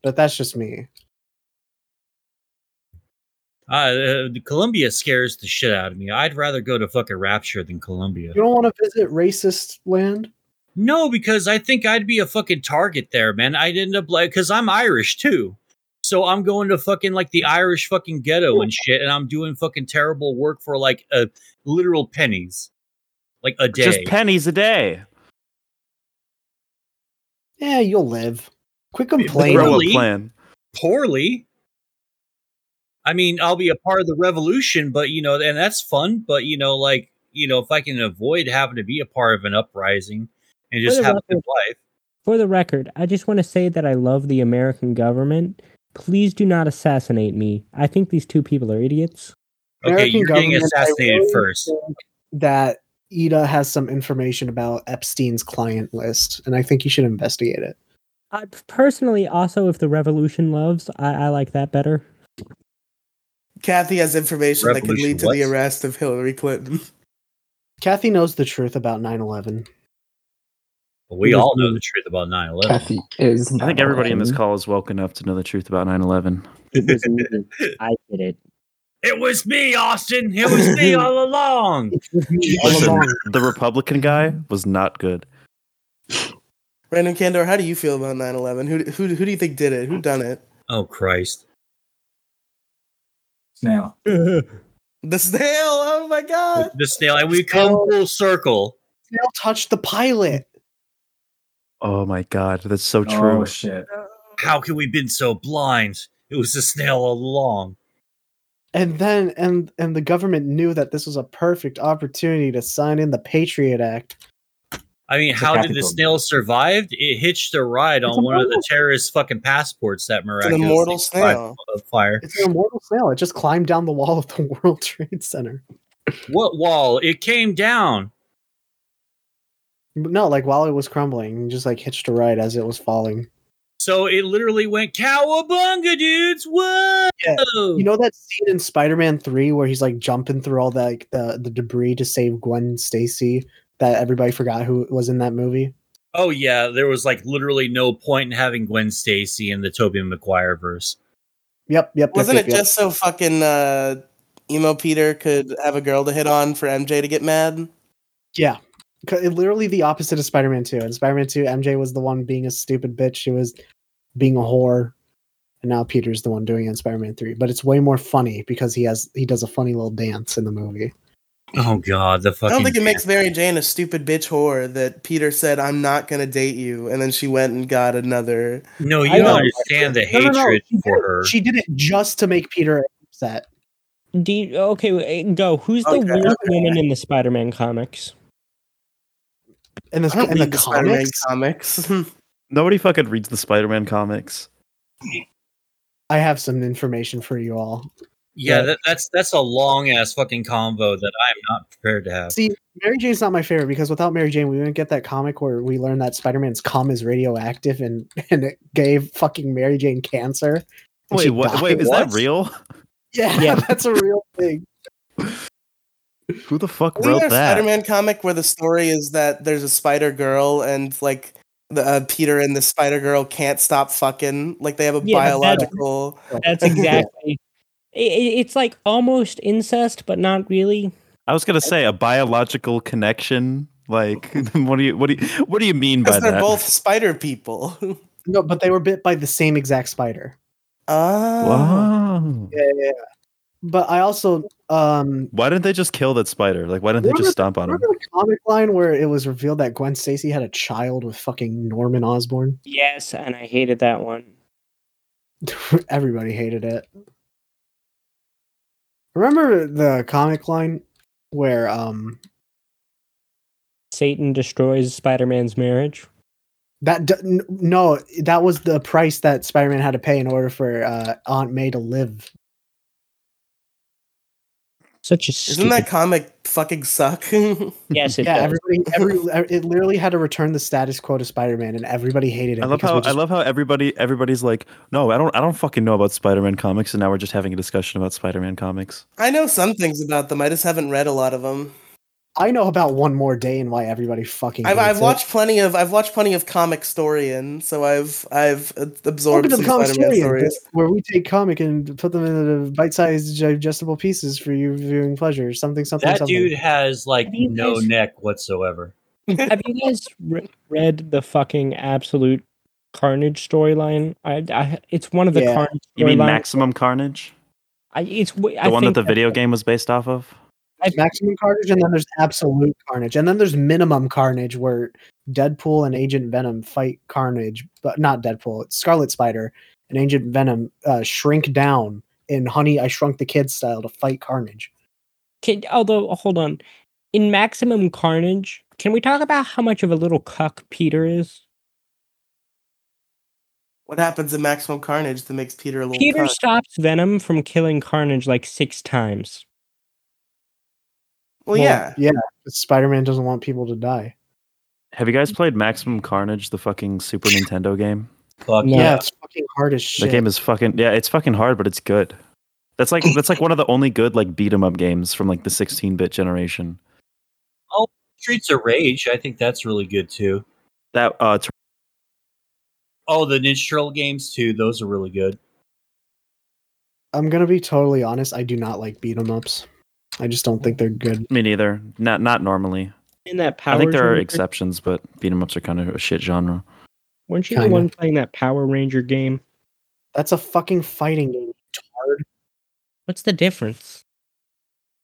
F: but that's just me.
J: Uh, uh, Columbia scares the shit out of me. I'd rather go to fucking Rapture than Columbia.
F: You don't want to visit racist land.
J: No, because I think I'd be a fucking target there, man. I'd end up like, because I'm Irish too. So I'm going to fucking like the Irish fucking ghetto and shit, and I'm doing fucking terrible work for like a literal pennies, like a day.
D: Just pennies a day.
F: Yeah, you'll live. Quit complaining.
D: Grow a
J: Really?
D: plan.
J: poorly. I mean, I'll be a part of the revolution, but you know, and that's fun. But you know, like you know, if I can avoid having to be a part of an uprising and just
I: What
J: have a
I: about
J: good
I: the-
J: life,
I: For the record, I just want to say that I love the American government. Please do not assassinate me. I think these two people are idiots.
J: okay,
F: American
J: you're getting
F: government, I
J: assassinated
F: really
J: first.
F: think that Ida has some information about Epstein's client list, and I think you should investigate it.
I: I personally also, if the revolution loves, I, I like that better.
C: Kathy has information that could
J: Revolution
C: lead to the
J: what?
C: arrest of Hillary Clinton.
F: Kathy knows the truth about 9 11.
J: But we all know the truth about 9 11.
E: Kathy is.
D: I think everybody in this call is woke enough to know the truth about 9/11.
I: It was me. I did it.
J: It was me, Austin. It was me
F: uh,
J: all along.
D: Listen, the Republican guy was not good.
C: Random Candor, how do you feel about 9/11? Who who who do you think did it? Who done it?
J: Oh, Christ.
H: Snail.
C: The snail. Oh my god.
J: The snail. And we come full circle.
F: Snail touched the pilot.
D: Oh my god, that's so true.
H: Oh shit.
J: How can we been so blind? It was the snail all along.
F: And then, and and the government knew that this was a perfect opportunity to sign in the Patriot Act.
J: I mean,
H: It's a
J: how did the
H: capital.
J: snail survive? It hitched a ride
F: It's
J: on
F: a
J: one of the
F: mortal.
J: terrorist fucking passports that miraculously
C: mortal
J: caught
C: snail.
J: on fire.
F: It's an immortal snail. It just climbed down the wall of the World Trade Center.
J: What wall? It came down.
F: But no, like while it was crumbling, it just like hitched a ride as it was falling.
J: So it literally went cowabunga, dudes. Whoa!
F: Yeah. You know that scene in Spider-Man 3 where he's like jumping through all the like the, the debris to save Gwen Stacy that everybody forgot who was in that movie?
J: oh yeah, there was like literally no point in having Gwen Stacy in the Tobey Maguire verse.
F: Yep, yep. yep,
C: Wasn't
F: yep,
C: it
F: yep.
C: just so fucking uh, emo Peter could have a girl to hit on for MJ to get mad?
F: Yeah. 'Cause It, literally the opposite of Spider-Man 2. In Spider-Man 2, MJ was the one being a stupid bitch. She was being a whore. and now Peter's the one doing it in Spider-Man Three. But it's way more funny because he has he does a funny little dance in the movie.
J: Oh god, the
C: I
J: fucking.
C: don't think it makes Mary Jane a stupid bitch whore that Peter said, I'm not going to date you. And then she went and got another.
J: No, you
F: I
J: don't
F: know.
J: understand the
F: No, no,
J: hatred
F: no, she did
J: for
F: it-
J: her.
F: She did it just to make Peter upset.
I: Do you- okay, wait, go. Who's the
C: Okay,
I: worst woman in the Spider-Man comics?
F: And
C: I
F: the,
C: don't
F: and
C: read the
F: the
C: Spider-Man
F: comics,
C: comics.
D: Nobody fucking reads the Spider-Man comics.
F: I have some information for you all.
J: yeah, that, that's that's a long ass fucking combo that I am not prepared to have.
F: See, Mary Jane's not my favorite because without Mary Jane, we wouldn't get that comic where we learned that Spider-Man's cum is radioactive and and it gave fucking Mary Jane cancer. and
D: Wait,
F: she
D: what?
F: died.
D: Wait, is that
J: What?
D: real?
F: Yeah,
I: Yeah.
F: that's a real thing.
D: Who the fuck
C: Isn't there
D: wrote
C: a
D: that?
C: Spider-Man comic where the story is that there's a Spider Girl and like the uh, Peter and the Spider Girl can't stop fucking. Like they have a
I: Yeah, but that-
C: biological.
I: That's exactly. I- I- It's like almost incest, but not really.
D: I was gonna say a biological connection. Like, what do you what do you what do you mean by
C: Because they're
D: that?
C: both spider people.
F: No, but they were bit by the same exact spider.
C: Ah.
D: Wow.
F: Yeah, yeah. yeah. But I also um
D: Why didn't they just kill that spider? Like, why didn't they
F: Remember-
D: just stomp on him?
F: remember the comic line where it was revealed that Gwen Stacy had a child with fucking Norman Osborn.
I: Yes, and I hated that one.
F: Everybody hated it. Remember the comic line where um
I: Satan destroys Spider-Man's marriage.
F: that d- n- no that was the price that Spider-Man had to pay in order for uh, Aunt May to live.
I: Such a
C: Isn't
I: stupid.
C: that comic fucking suck?
I: yes, it
F: yeah,
I: does.
F: everybody every ev- it literally had to return the status quo to Spider-Man and everybody hated it.
D: I love
F: because
D: how
F: we're
D: I
F: just-
D: love how everybody everybody's like, no, I don't I don't fucking know about Spider-Man comics, and now we're just having a discussion about Spider-Man comics.
C: I know some things about them. I just haven't read a lot of them.
F: I know about one more day and why everybody fucking
C: I've,
F: hates
C: I've
F: it.
C: watched plenty of I've watched plenty of comic storian, so I've I've uh, absorbed
F: Welcome to
C: some
F: the comic
C: Spider-Man
F: story,
C: stories.
F: where we take comic and put them into bite-sized digestible pieces for your viewing pleasure. Something, something,
J: That
F: something.
J: dude has like
I: Have you
J: no
I: guys-
J: neck whatsoever.
I: Have you guys re- read the fucking absolute Carnage storyline? I, I it's one of the
F: Yeah.
I: Carnage
D: You mean
I: storylines.
D: Maximum Carnage,
I: I, it's w-
D: the
I: I
D: one that
I: think
D: the video game was based off of?
F: There's maximum carnage, and then there's absolute carnage, and then there's minimum carnage, where Deadpool and Agent Venom fight Carnage, but not Deadpool. It's Scarlet Spider and Agent Venom uh, shrink down in Honey, I Shrunk the Kids style to fight Carnage.
I: Can, although, hold on. In Maximum Carnage, can we talk about how much of a little cuck Peter is?
C: What happens in Maximum Carnage that makes Peter a little
I: Peter
C: cunt?
I: stops Venom from killing Carnage like six times.
C: Well, yeah.
F: yeah. Spider-Man doesn't want people to die.
D: Have you guys played Maximum Carnage, the fucking Super Nintendo game?
J: Fuck
I: No.
F: Yeah,
J: yeah.
F: it's fucking hard as shit.
D: That game is fucking yeah, it's fucking hard, but it's good. That's like that's like one of the only good like beat 'em up games from like the 16-bit generation.
J: Streets of Rage, I think that's really good too.
D: That uh, t-
J: Oh, the Ninja Turtle games too; those are really good.
F: I'm gonna be totally honest. I do not like beat 'em ups. I just don't think they're good.
D: me neither. Not not normally.
I: In that power,
D: I think there are
I: Ranger,
D: exceptions, but beat 'em ups are kind of a shit genre.
I: Weren't you the
F: Kinda.
I: one playing that Power Ranger game?
F: That's a fucking fighting game. Tard.
I: What's the difference?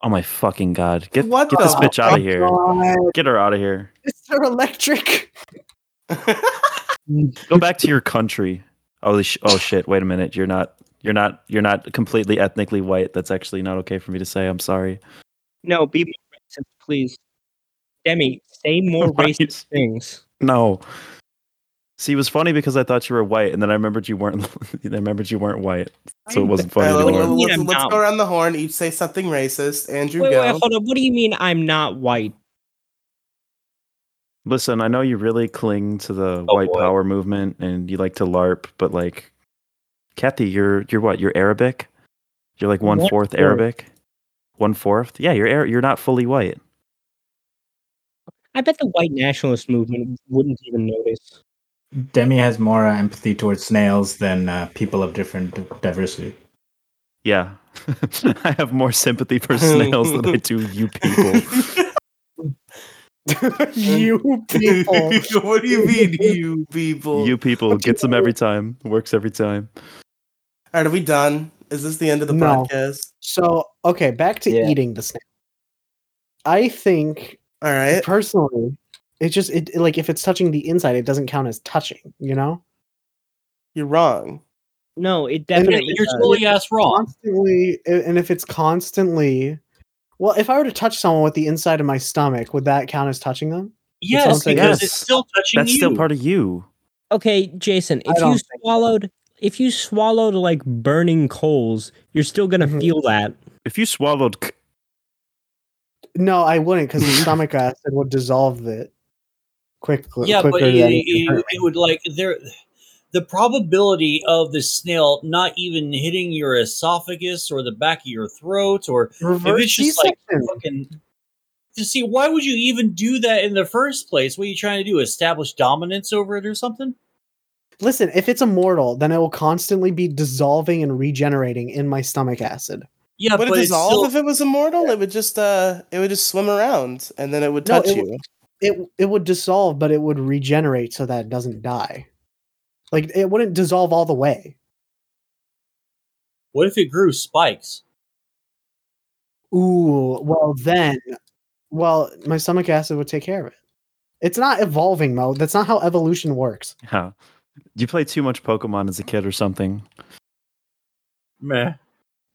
D: Oh my fucking god! Get
C: What
D: get
C: the
D: this bitch out
C: fuck?
D: of here! Get her out of here!
F: Mr. Electric.
D: Go back to your country. Oh sh- oh shit! Wait a minute. You're not you're not you're not completely ethnically white. That's actually not okay for me to say. I'm sorry.
I: No, be more racist, please. Demi, say more
D: Right.
I: racist things.
D: No. See, it was funny because I thought you were white, and then I remembered you weren't. I remembered you weren't white, so it wasn't funny
C: All right,
D: anymore.
C: let's, let's-
I: Yeah,
C: let's
I: no.
C: go around the horn. Each say something racist. Andrew,
I: Wait,
C: go.
I: wait, hold on. What do you mean I'm not white?
D: Listen, I know you really cling to the
J: Oh,
D: white
J: boy.
D: power movement, and you like to LARP, but like, Kathy, you're you're what? You're Arabic. You're like one fourth
I: One-fourth.
D: Arabic. One fourth. Yeah, you're Ar- you're not fully white.
I: I bet the white nationalist movement wouldn't even notice.
H: Demi has more uh, empathy towards snails than uh, people of different diversity.
D: Yeah. I have more sympathy for snails than I do you people.
F: you people.
C: what do you mean, you people?
D: You people gets them every time. Works every time.
C: All right, are we done? Is this the end of the
F: No.
C: podcast?
F: So okay, back to
E: Yeah.
F: eating the snail. I think
C: All right.
F: personally, it just it it- like if it's touching the inside, it doesn't count as touching. You know,
C: You're wrong.
I: No, it
F: And if
I: definitely.
F: it's
J: You're
I: does.
J: totally ass wrong.
F: constantly, and if it's constantly, well, if I were to touch someone with the inside of my stomach, would that count as touching them?
J: Yes,
F: sounds like-
J: because
D: Yes.
J: it's still touching
D: That's
J: you.
D: still part of you.
I: Okay, Jason,
F: I
I: if
F: don't
I: you
F: think so.
I: swallowed, if you swallowed like burning coals, you're still gonna
F: Mhm.
I: feel that.
D: If you swallowed, c-
F: No, I wouldn't, because the stomach acid would dissolve it quickly.
J: yeah,
F: quicker
J: but it,
F: than
J: it, it would like there. The probability of the snail not even hitting your esophagus or the back of your throat, or
F: reverse
J: it's just like-
F: C-section.
J: fucking. To see why would you even do that in the first place? What are you trying to do? Establish dominance over it or something?
F: Listen, if it's immortal, then it will constantly be dissolving and regenerating in my stomach acid.
J: Yeah,
C: Would it
J: but it's
C: dissolve
J: still,
C: if it was immortal? It would just uh, it would just swim around and then it would
F: No,
C: touch
F: it
C: you.
F: would- It it would dissolve, but it would regenerate so that it doesn't die. Like it wouldn't dissolve all the way.
J: what if it grew spikes?
F: Ooh, well then, well my stomach acid would take care of it. It's not evolving, Mo. That's not how evolution works.
D: yeah. You play too much Pokemon as a kid or something.
J: Meh.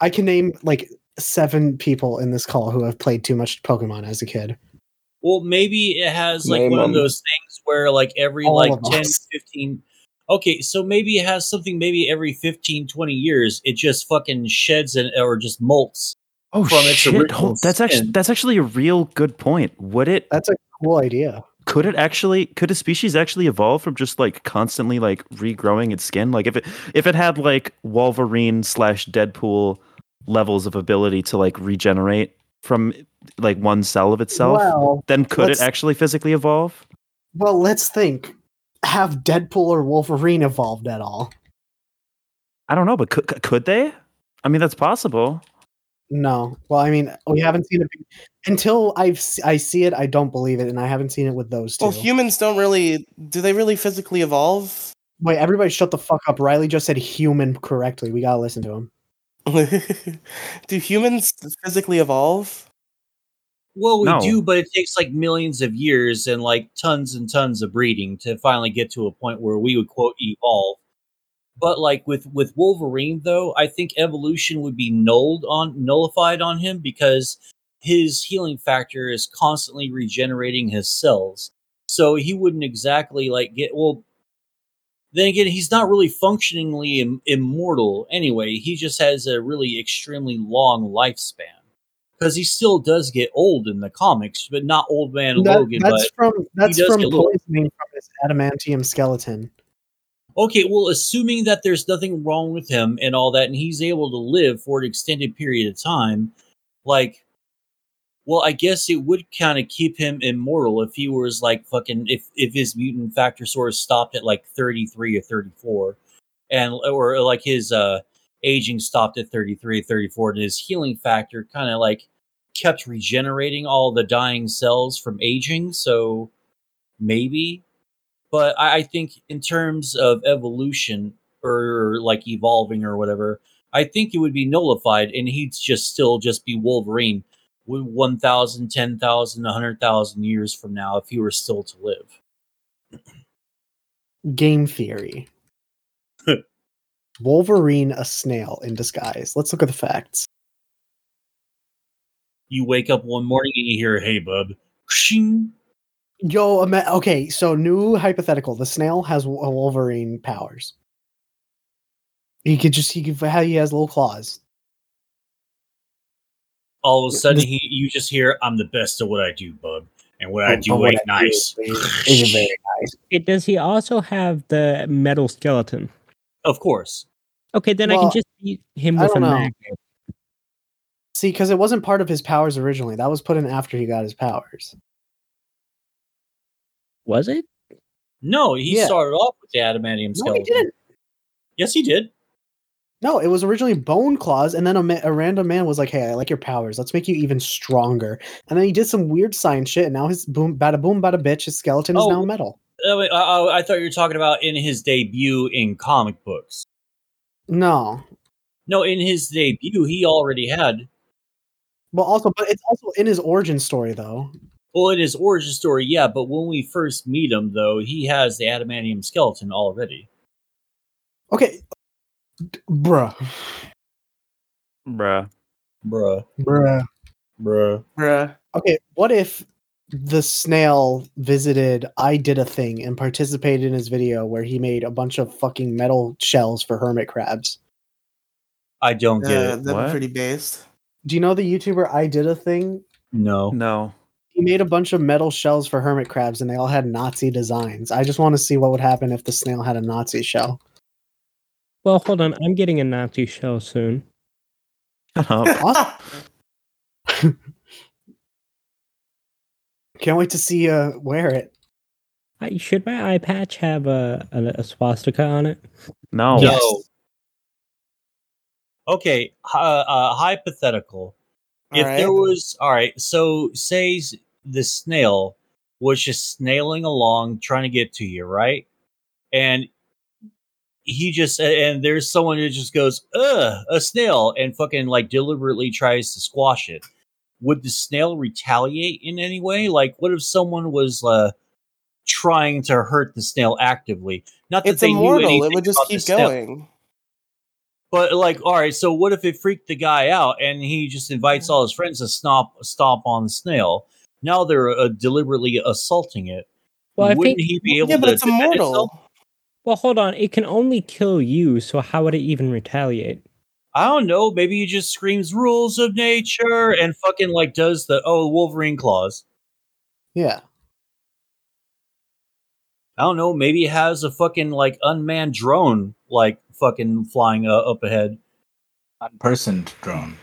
F: I can name like seven people in this call who have played too much Pokemon as a kid.
J: Well, maybe it has like
E: Name
J: one of
E: 'em.
J: those things where like every
F: All
J: like
F: of
J: 10,
F: us.
J: 15 Okay, so maybe it has something maybe every 15, 20 years it just fucking sheds and or just molts.
D: Oh
J: From its
D: shit!
J: original
D: Hold, that's actually
J: skin. Uh,
D: that's actually a real good point. Would it?
F: That's a cool idea.
D: Could it actually? Could a species actually evolve from just like constantly like regrowing its skin? Like if it if it had like Wolverine slash Deadpool levels of ability to like regenerate from like one cell of itself,
F: Well,
D: then could
F: let's-
D: it actually physically evolve?
F: well, let's think. Have Deadpool or Wolverine evolved at all?
D: I don't know, but could could they? I mean, that's possible.
F: No. Well, I mean, we haven't seen it until I've s- I see it. I don't believe it, and I haven't seen it with those two.
C: Well, humans don't really. Do they really physically evolve?
F: Wait, everybody, shut the fuck up. Riley just said human correctly. We gotta listen to him.
C: do humans physically evolve?
J: Well, we
D: No.
J: do, but it takes like millions of years and like tons and tons of breeding to finally get to a point where we would quote evolve. But like with with Wolverine though, I think evolution would be nulled on nullified on him because his healing factor is constantly regenerating his cells. So he wouldn't exactly like get well then again, he's not really functionally Im- immortal anyway. He just has a really extremely long lifespan because he still does get old in the comics, but not old man
F: That-
J: Logan.
F: that's from that's
J: does
F: from
J: get a little-
F: poisoning from his adamantium skeleton.
J: But okay, well, assuming that there's nothing wrong with him and all that, and he's able to live for an extended period of time, like, well, I guess it would kind of keep him immortal if he was like fucking if if his mutant factor source stopped at like 33 or 34. and or like his uh aging stopped at 33 34 and his healing factor kind of like kept regenerating all the dying cells from aging so maybe but I, I think in terms of evolution or like evolving or whatever i think it would be nullified and he'd just still just be wolverine with 1000 10000 100000 years from now if he were still to live
F: Game theory. Wolverine, a snail in disguise. Let's look at the facts.
J: you wake up one morning and you hear hey bub Kshing.
F: Yo, ima- okay, so new hypothetical. The snail has Wo- Wolverine powers. He could just he could how he has little claws.
J: all of a sudden he you just hear i'm the best at what i do bub and what i
F: But
J: do
F: what
J: ain't
F: I do
J: nice
F: is- is very nice.
I: It, does he also have the metal skeleton?
J: of course
I: Okay, then I
F: Well,
I: can just beat him
F: I
I: with a
F: don't know.
I: mag.
F: See, because it wasn't part of his powers originally. That was put in after he got his powers.
I: Was it?
J: no he
F: Yeah.
J: started off with the adamantium
F: No,
J: skeleton
F: he didn't.
J: yes he did
F: No, it was originally bone claws, and then a, ma- a random man was like, "Hey, I like your powers. Let's make you even stronger." And then he did some weird science shit, and now his boom, bada boom, bada bitch, his skeleton is
J: Oh.
F: now metal.
J: I, mean, I- I- I thought you were talking about in his debut in comic books
F: No,
J: No, in his debut, he already had.
F: Well, also, but it's also in his origin story though.
J: Well, in his origin story, yeah, but when we first meet him, though, he has the adamantium skeleton already.
F: Okay, D- bruh,
D: Bruh.
J: Bruh,
F: bruh,
J: bruh.
C: Bruh.
F: Okay, what if the snail visited I did a thing and participated in his video where he made a bunch of fucking metal shells for hermit crabs?
J: I don't get
C: Uh,
J: it.
C: that'd be
D: What?
C: pretty based.
F: Do you know the YouTuber I did a thing?
J: No.
D: No.
F: He made a bunch of metal shells for hermit crabs and they all had Nazi designs. I just want to see what would happen if the snail had a Nazi shell.
I: Well, hold on. I'm getting a Nazi shell soon.
D: Shut up.
F: Awesome. Can't wait to see uh wear it.
I: I, should my eye patch have a, a, a swastika on it?
D: No.
J: No. Okay, uh, uh, hypothetical. if
C: Alright.
J: there was, all right, so say s- the snail was just snailing along trying to get to you, right? And he just, a- and there's someone who just goes, ugh, a snail, and fucking like deliberately tries to squash it. Would the snail retaliate in any way? Like, what if someone was, uh, trying to hurt the snail actively? Not that
C: It's
J: they knew
C: immortal. It
J: anything
C: would just
J: about the
C: keep
J: snail.
C: going.
J: But like, all right, so what if it freaked the guy uh, out and he just invites all his friends to stomp stomp on the snail? Now they're uh, deliberately assaulting it.
I: Well, I
J: Wouldn't
I: think.
J: he be able
C: Yeah, but
J: to
C: it's
J: defend itself?
C: immortal.
I: Well, hold on. It can only kill you, so how would it even retaliate?
J: I don't know. Maybe he just screams rules of nature and fucking like does the oh Wolverine claws.
F: Yeah.
J: I don't know. Maybe it has a fucking like unmanned drone like fucking flying uh, up ahead.
H: Unpersoned drone.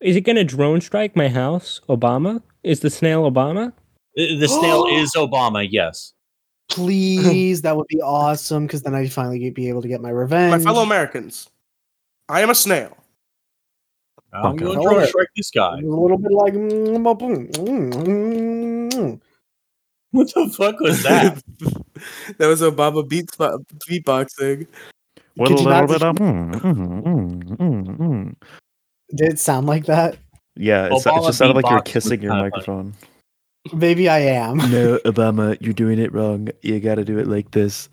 I: Is it going to drone strike my house? Obama? Is the snail Obama?
J: Uh, The snail is Obama. Yes.
F: Please, that would be awesome because then I'd finally get- be able to get my revenge.
C: My fellow Americans, I am a snail.
J: I'm
D: Okay.
J: going to drone strike this
F: a
J: guy.
F: little bit like. mm, mm, mm, mm, mm.
J: What the fuck was that?
C: that was Obama beat, beatboxing.
D: With a
F: Could
D: little
F: you not
D: bit
F: just-
D: of. Mm, mm, mm, mm, mm.
F: Did it sound like that?
D: Yeah, it's, it
J: Obama
D: just sounded like you were
J: beatbox was
D: kissing your
J: kinda funny.
D: microphone.
F: Maybe I am.
D: No, Obama, you're doing it wrong. You gotta do it like this.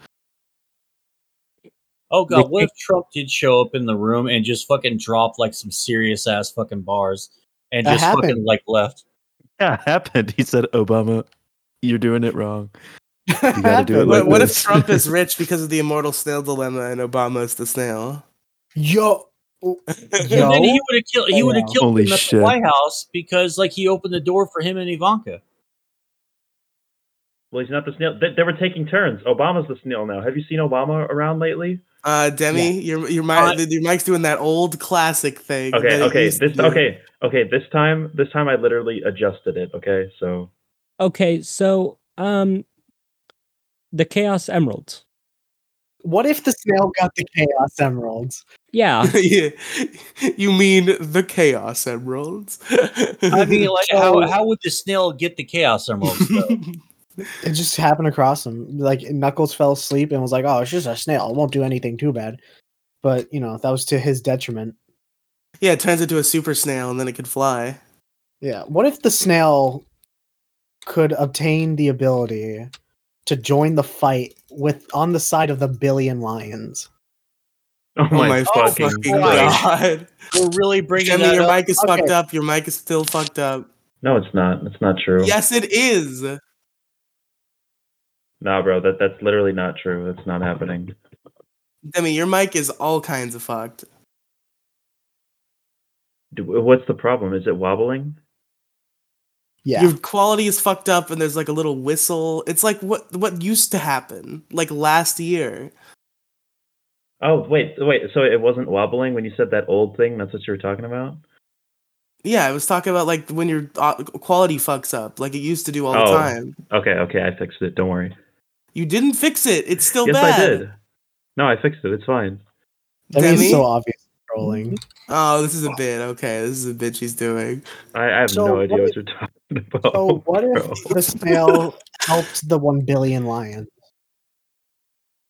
J: Oh god,
I: They
J: what if Trump did show up in the room and just fucking dropped like some serious ass fucking bars and
F: That
J: just fucking
F: happened.
J: like left?
D: Yeah, it happened. He said, Obama, you're doing it wrong. You gotta do it
F: Happened.
D: like
C: What, what if
D: this.
C: Trump is rich because of the immortal snail dilemma and Obama is the snail?
F: Yo,
J: And then he
F: yo.
J: would have killed he
F: Oh,
J: would have
F: wow.
J: killed
D: Holy
J: him at
D: shit.
J: the White House because like he opened the door for him and Ivanka.
D: Well, he's not the snail. They, they were taking turns. Obama's the snail now. Have you seen Obama around lately?
C: Uh, Demi, your your
J: Uh,
C: mic, your mic's doing that old classic thing.
D: Okay,
C: that it
D: okay,
C: used to
D: this
C: do.
D: okay, okay. This time, this time I literally adjusted it. Okay, so
I: Okay, so um the Chaos Emeralds.
F: What if the snail got the chaos emeralds?
I: Yeah.
C: yeah, you mean the chaos emeralds?
J: I mean like how how would the snail get the chaos emeralds though?
F: It just happened across him. Like Knuckles fell asleep and was like, "Oh, it's just a snail. It won't do anything too bad." But you know that was to his detriment.
C: yeah, it turns into a super snail and then it could fly.
F: Yeah. What if the snail could obtain the ability to join the fight with on the side of the billion lions?
D: oh
C: Oh
D: my,
C: my
D: fucking,
C: fucking
D: god!
C: god!
J: We're really bringing
C: Demi,
J: that
C: your
J: up.
C: mic is
F: Okay.
C: fucked up. Your mic is still fucked up.
D: No, it's not. It's not true.
C: Yes, it is.
D: Nah, bro, that that's literally not true. That's not happening.
C: Demi, your mic is all kinds of fucked.
D: Do, what's the problem? Is it wobbling?
F: Yeah.
C: Your quality is fucked up, and there's like a little whistle. It's like what what used to happen, like last year.
D: Oh wait, wait. So it wasn't wobbling when you said that old thing. That's what you were talking about.
C: Yeah, I was talking about like when your uh, quality fucks up, like it used to do all the
D: Oh.
C: time.
D: Okay, okay, I fixed it. Don't worry.
C: You didn't fix it. It's still
D: yes,
C: bad.
D: I did. No, I fixed it. It's fine.
F: I mean, it's
C: Demi?
F: so obvious. Trolling.
C: Oh, this is a bit. Okay, this is a bit she's doing.
D: I, I have
F: So
D: no
F: what
D: idea what
F: if-
D: you're talking about.
F: So Oh, what
D: bro.
F: if the snail helped the one billion lions?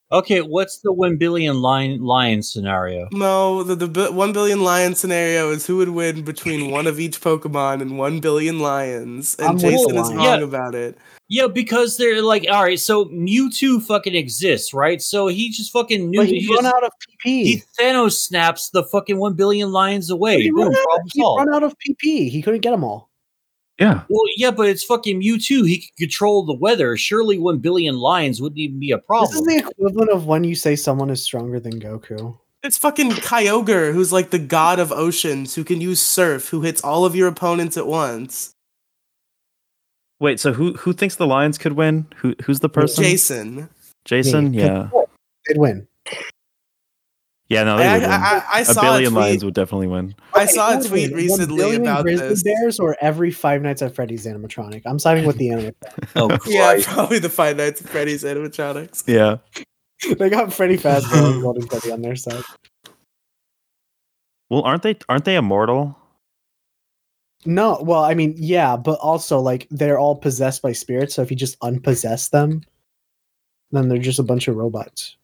J: Okay, what's the one billion lion lion scenario?
C: No, the, the bi- 1 billion lion scenario is who would win between one of each Pokemon and 1 billion lions. And
J: I'm with
C: Jason
J: the
C: is
J: lion.
C: wrong
J: Yeah.
C: about it.
J: Yeah, because they're like, all right, so Mewtwo fucking exists, right? So he just fucking knew
F: But he's run out of PP.
J: He Thanos snaps the fucking one billion lions away.
F: He
J: Boom,
F: run, out,
J: problem
F: he
J: solved.
F: run out of PP. He couldn't get them all.
D: Yeah.
J: Well, yeah, but it's fucking Mewtwo. He could control the weather. Surely one billion lions wouldn't even be a problem.
F: This is the equivalent of when you say someone is stronger than Goku.
C: It's fucking Kyogre, who's like the god of oceans, who can use surf, who hits all of your opponents at once.
D: Wait, so who who thinks the Lions could win? Who who's the person?
C: Jason.
D: Jason,
F: Me.
D: yeah,
F: They'd win.
D: Oh, yeah. No,
C: I-
D: they would
C: I-
D: win.
C: I- I
D: a
C: saw a
D: billion
C: tweet.
D: Lions would definitely win.
C: I saw a tweet recently about
F: Grizzly
C: this.
F: Bears or every Five Nights at Freddy's animatronic. I'm siding with the animatronic.
J: Oh,
C: Yeah,
J: Christ.
C: probably the Five Nights at Freddy's animatronics.
D: Yeah.
F: they got Freddy Fazbear and Golden Freddy on their side.
D: Well, aren't they aren't they immortal?
F: No, well, I mean, yeah, but also like they're all possessed by spirits. So if you just unpossess them, then they're just a bunch of robots.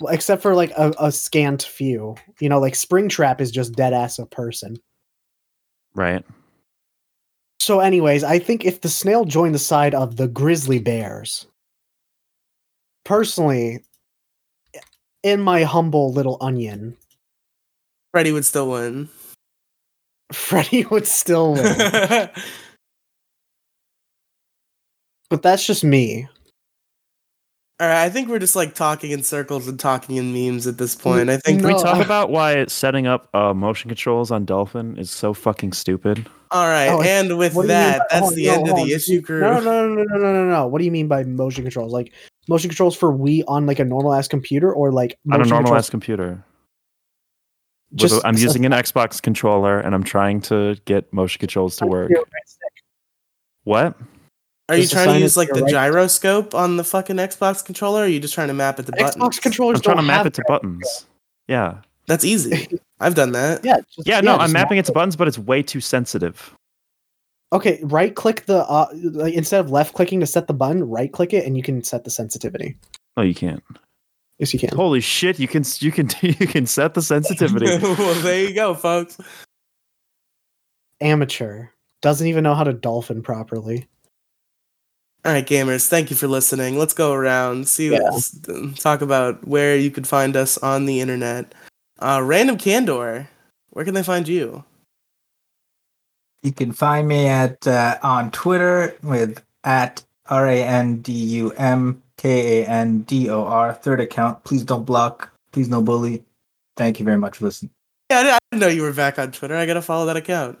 F: Well, except for like a, a scant few, you know, like Springtrap is just dead ass a person.
D: Right.
F: So, anyways, I think if the snail joined the side of the grizzly bears, personally, in my humble little onion,
C: Freddy would still win.
F: Freddy would still win.
C: That's
F: but that's just me.
C: All right, I think we're just like talking in circles and talking in memes at this point. I think
D: Can
F: No,
D: we talk
F: uh,
D: about why setting up uh, motion controls on Dolphin is so fucking stupid?
C: All right,
F: Oh, it's-
C: and with
F: what do you mean
C: that,
F: by-
C: that's
F: oh,
C: the
F: no,
C: end of
F: hold
C: the
F: on.
C: issue crew.
F: No, no, no, no, no, no, no, no. What do you mean by motion controls? Like motion controls for Wii on like a normal ass computer, or like
D: on
F: motion
D: a normal
F: controls-
D: ass computer. With
F: Just-
D: a- I'm
F: so-
D: using an Xbox controller and I'm trying to get motion controls to work. What?
C: Are you
F: Just
C: trying to
F: assign it
C: use
F: to
C: like
F: your
C: the
F: right-
C: gyroscope on the fucking Xbox controller? Or are you just trying to map it to buttons?
F: Xbox controllers
D: I'm trying to
F: don't
D: map
F: have
D: it to buttons. Yeah.
C: That's easy. I've done that.
F: Yeah, just-
D: Yeah, no,
F: just
D: I'm
F: map
D: mapping it to buttons, but it's way too sensitive.
F: Okay, right click the uh, like instead of left clicking to set the button, right click it, and you can set the sensitivity.
D: No, you can't.
F: Yes, you can.
D: Holy shit, you can you can you can set the sensitivity.
C: well, there you go, folks.
F: Amateur doesn't even know how to dolphin properly.
C: All right, gamers, thank you for listening. Let's go around, see, let's talk about where you could find us on the internet. Uh, Random Candor, where can they find you?
K: You can find me at uh, on Twitter with at R A N D U M K A N D O R third account. Please don't block. Please no bully. Thank you very much for listening.
C: Yeah, I di- I didn't know you were back on Twitter. I gotta follow that account.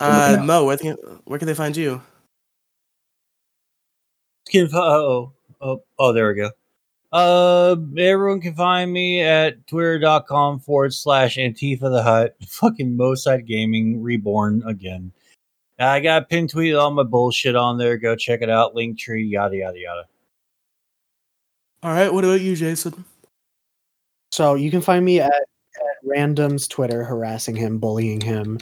K: looking
C: Uh,
K: out.
C: Mo, where, can where can they find you?
J: can fi- oh, oh, oh, there we go. Uh, everyone can find me at twitter.com forward slash Antifa the Hut. Fucking Moside Gaming reborn again. I got pin tweeted all my bullshit on there. Go check it out. Linktree, yada, yada, yada.
C: All right, what about you, Jason?
F: So you can find me at, at randoms Twitter harassing him, bullying him.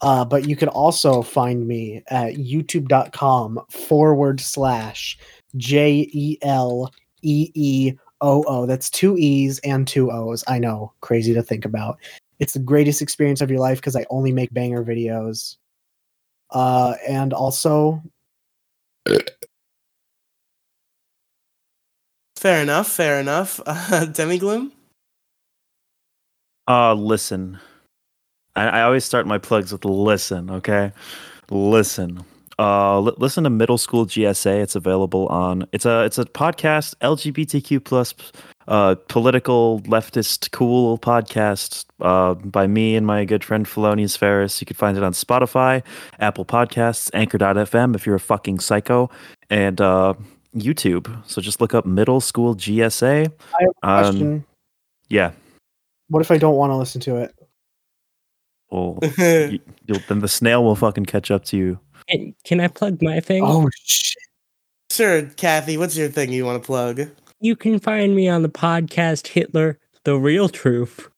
F: Uh, but you can also find me at youtube.com forward slash J E L E E O O. That's two E's and two O's. I know, crazy to think about. It's the greatest experience of your life because I only make banger videos. Uh, and also,
C: Fair enough, fair enough. Uh, Demigloom?
D: Uh listen. I, I always start my plugs with listen, okay? Listen. Uh li- listen to Middle School GSA. It's available on it's a it's a podcast, LGBTQ plus uh political leftist cool podcast uh by me and my good friend Felonius Ferris. You can find it on Spotify, Apple Podcasts, Anchor.fm if you're a fucking psycho, and uh YouTube. So just look up Middle School GSA.
F: I have a
D: Um,
F: question.
D: Yeah.
F: what if I don't want to listen to it?
D: Well, you, you'll, then the snail will fucking catch up to you.
I: And can I plug my thing?
F: Oh, shit.
C: sure, Kathy, what's your thing you want to plug?
I: You can find me on the podcast Hitler, The Real Truth.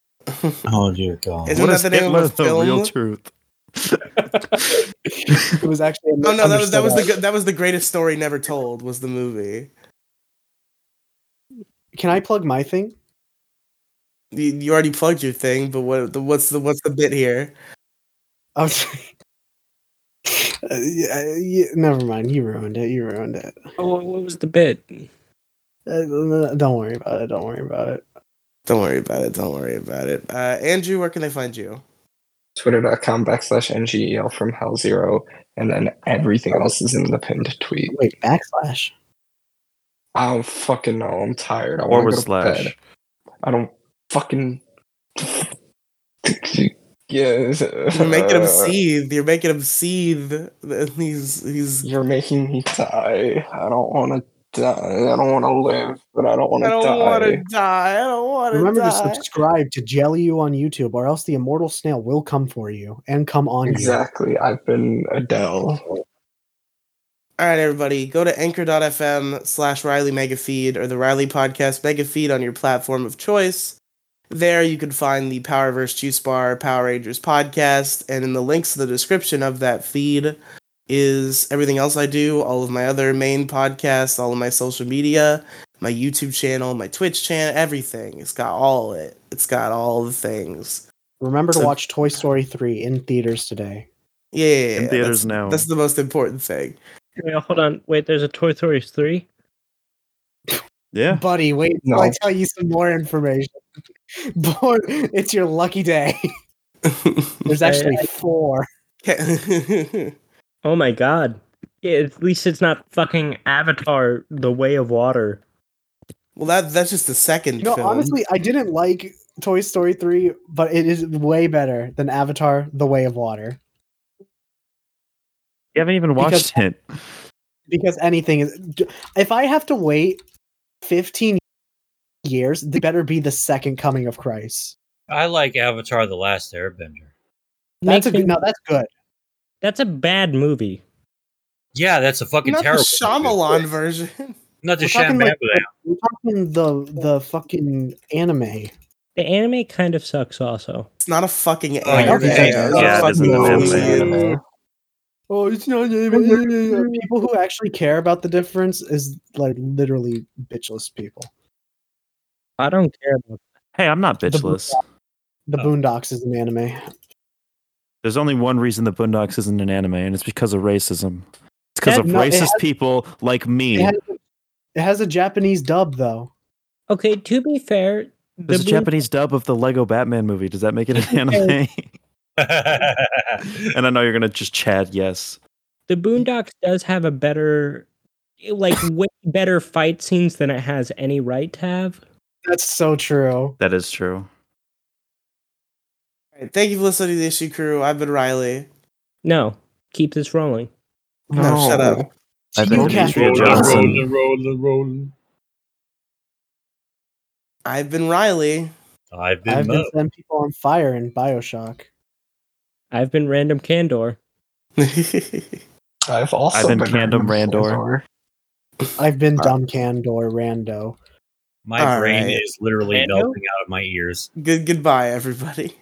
J: Oh, dear God.
C: Isn't that the name of a
D: the
C: film?
D: real truth?
F: it was actually.
C: Oh no, that was that was the that was the greatest story never told was the movie.
F: Can I plug my thing?
C: You, you already plugged your thing, but what the what's the what's the bit here?
F: Oh, uh, yeah, yeah, never mind. You ruined it. You ruined it. Uh,
I: Oh, what was the bit?
F: don't worry about it. Don't worry about it.
C: Don't worry about it. Don't worry about it. Uh, Andrew, where can they find you?
E: Twitter.com backslash NGEL from Hal Zero, and then everything else is in the pinned tweet.
F: Wait, backslash?
E: I don't fucking know. I'm tired. I want
D: Forward
E: to go to
D: slash.
E: bed. I don't fucking. yes.
C: You're making
E: Uh,
C: him seethe. You're making him seethe. He's he's.
E: You're making me die. I don't want to die. I don't want to live, but I don't want
C: I
E: to
C: don't
E: die.
C: want to die. I don't want to
F: Remember to
C: die.
F: subscribe to Jelly You on YouTube, or else the immortal snail will come for you and come on
E: Exactly. I've been Adele.
C: All right, everybody, go to anchor.fm slash Riley Megafeed or the Riley Podcast Megafeed on your platform of choice. There you can find the Powerverse Juice Bar Power Rangers podcast, and in the links in the description of that feed is everything else I do, all of my other main podcasts, all of my social media, my YouTube channel, my Twitch channel, everything. It's got all it. It's got all the things.
F: you. Remember to
C: So-
F: watch Toy Story 3 in theaters today.
C: Yeah, yeah, yeah,
D: In
C: yeah.
D: theaters
C: that's,
D: now.
C: That's the most important thing.
I: Wait, hold on. Wait, there's a Toy Story 3?
D: Yeah.
F: Buddy, wait till
E: No.
F: I tell you some more information. Boy, it's your lucky day. There's actually four.
I: Oh my god. Yeah, at least it's not fucking Avatar The Way of Water.
C: well, that that's just the second
F: You know,
C: film.
F: honestly, I didn't like Toy Story 3, but it is way better than Avatar The Way of Water.
D: You haven't even
F: Because-
D: watched it.
F: Because anything is. If I have to wait 15 years, they better be the second coming of Christ.
J: I like Avatar: The Last Airbender.
F: That's a
I: Makes
F: good.
I: me-
F: No, that's good.
I: That's a bad movie.
J: Yeah, that's a fucking
C: Not the
J: terrible.
C: Shyamalan version.
J: Not the
F: We're talking,
J: Shambhala.
F: like, We're talking the the fucking anime.
I: The anime kind of sucks also.
C: It's not a fucking
J: Oh, you're
C: anime.
J: the
C: It's
D: Yeah,
C: a
D: it isn't
C: fucking
D: an anime.
C: alien.
F: Oh, it's not anime. People who actually care about the difference is like literally bitchless people.
I: I don't care about
D: Hey, I'm not
F: The-
D: bitchless.
F: The
J: Oh.
F: Boondocks is an anime.
D: There's only one reason the Boondocks isn't an anime, and it's because of racism. It's because
I: That-
D: of
F: no, it
D: racist
F: has-
D: people like me.
F: It has, it has a Japanese dub though.
I: Okay, to be fair, the
D: There's a
I: Boon-
D: Japanese dub of the Lego Batman movie. Does that make it an anime? and I know you're gonna just Chad. Yes.
I: the Boondocks does have a better like way better fight scenes than it has any right to have.
F: That's so true.
D: That is true.
C: All right, Thank you for listening to the issue crew. I've been Riley.
I: No, keep this rolling.
C: No, shut up.
D: I've been
F: You can't-
D: Demetria
F: Rolling,
D: Johnson.
J: rolling, rolling.
C: I've been Riley.
J: I've been,
F: I've been
J: Mo.
F: setting people on fire in Bioshock.
I: I've been random candor.
E: I've also
D: I've been
E: random
D: Candom Randor.
E: Randor.
F: I've been
D: Uh,
F: dumb candor rando.
J: My
C: All
J: brain
C: right.
J: is literally
I: Lando?
J: melting out of my ears.
C: Good goodbye, everybody.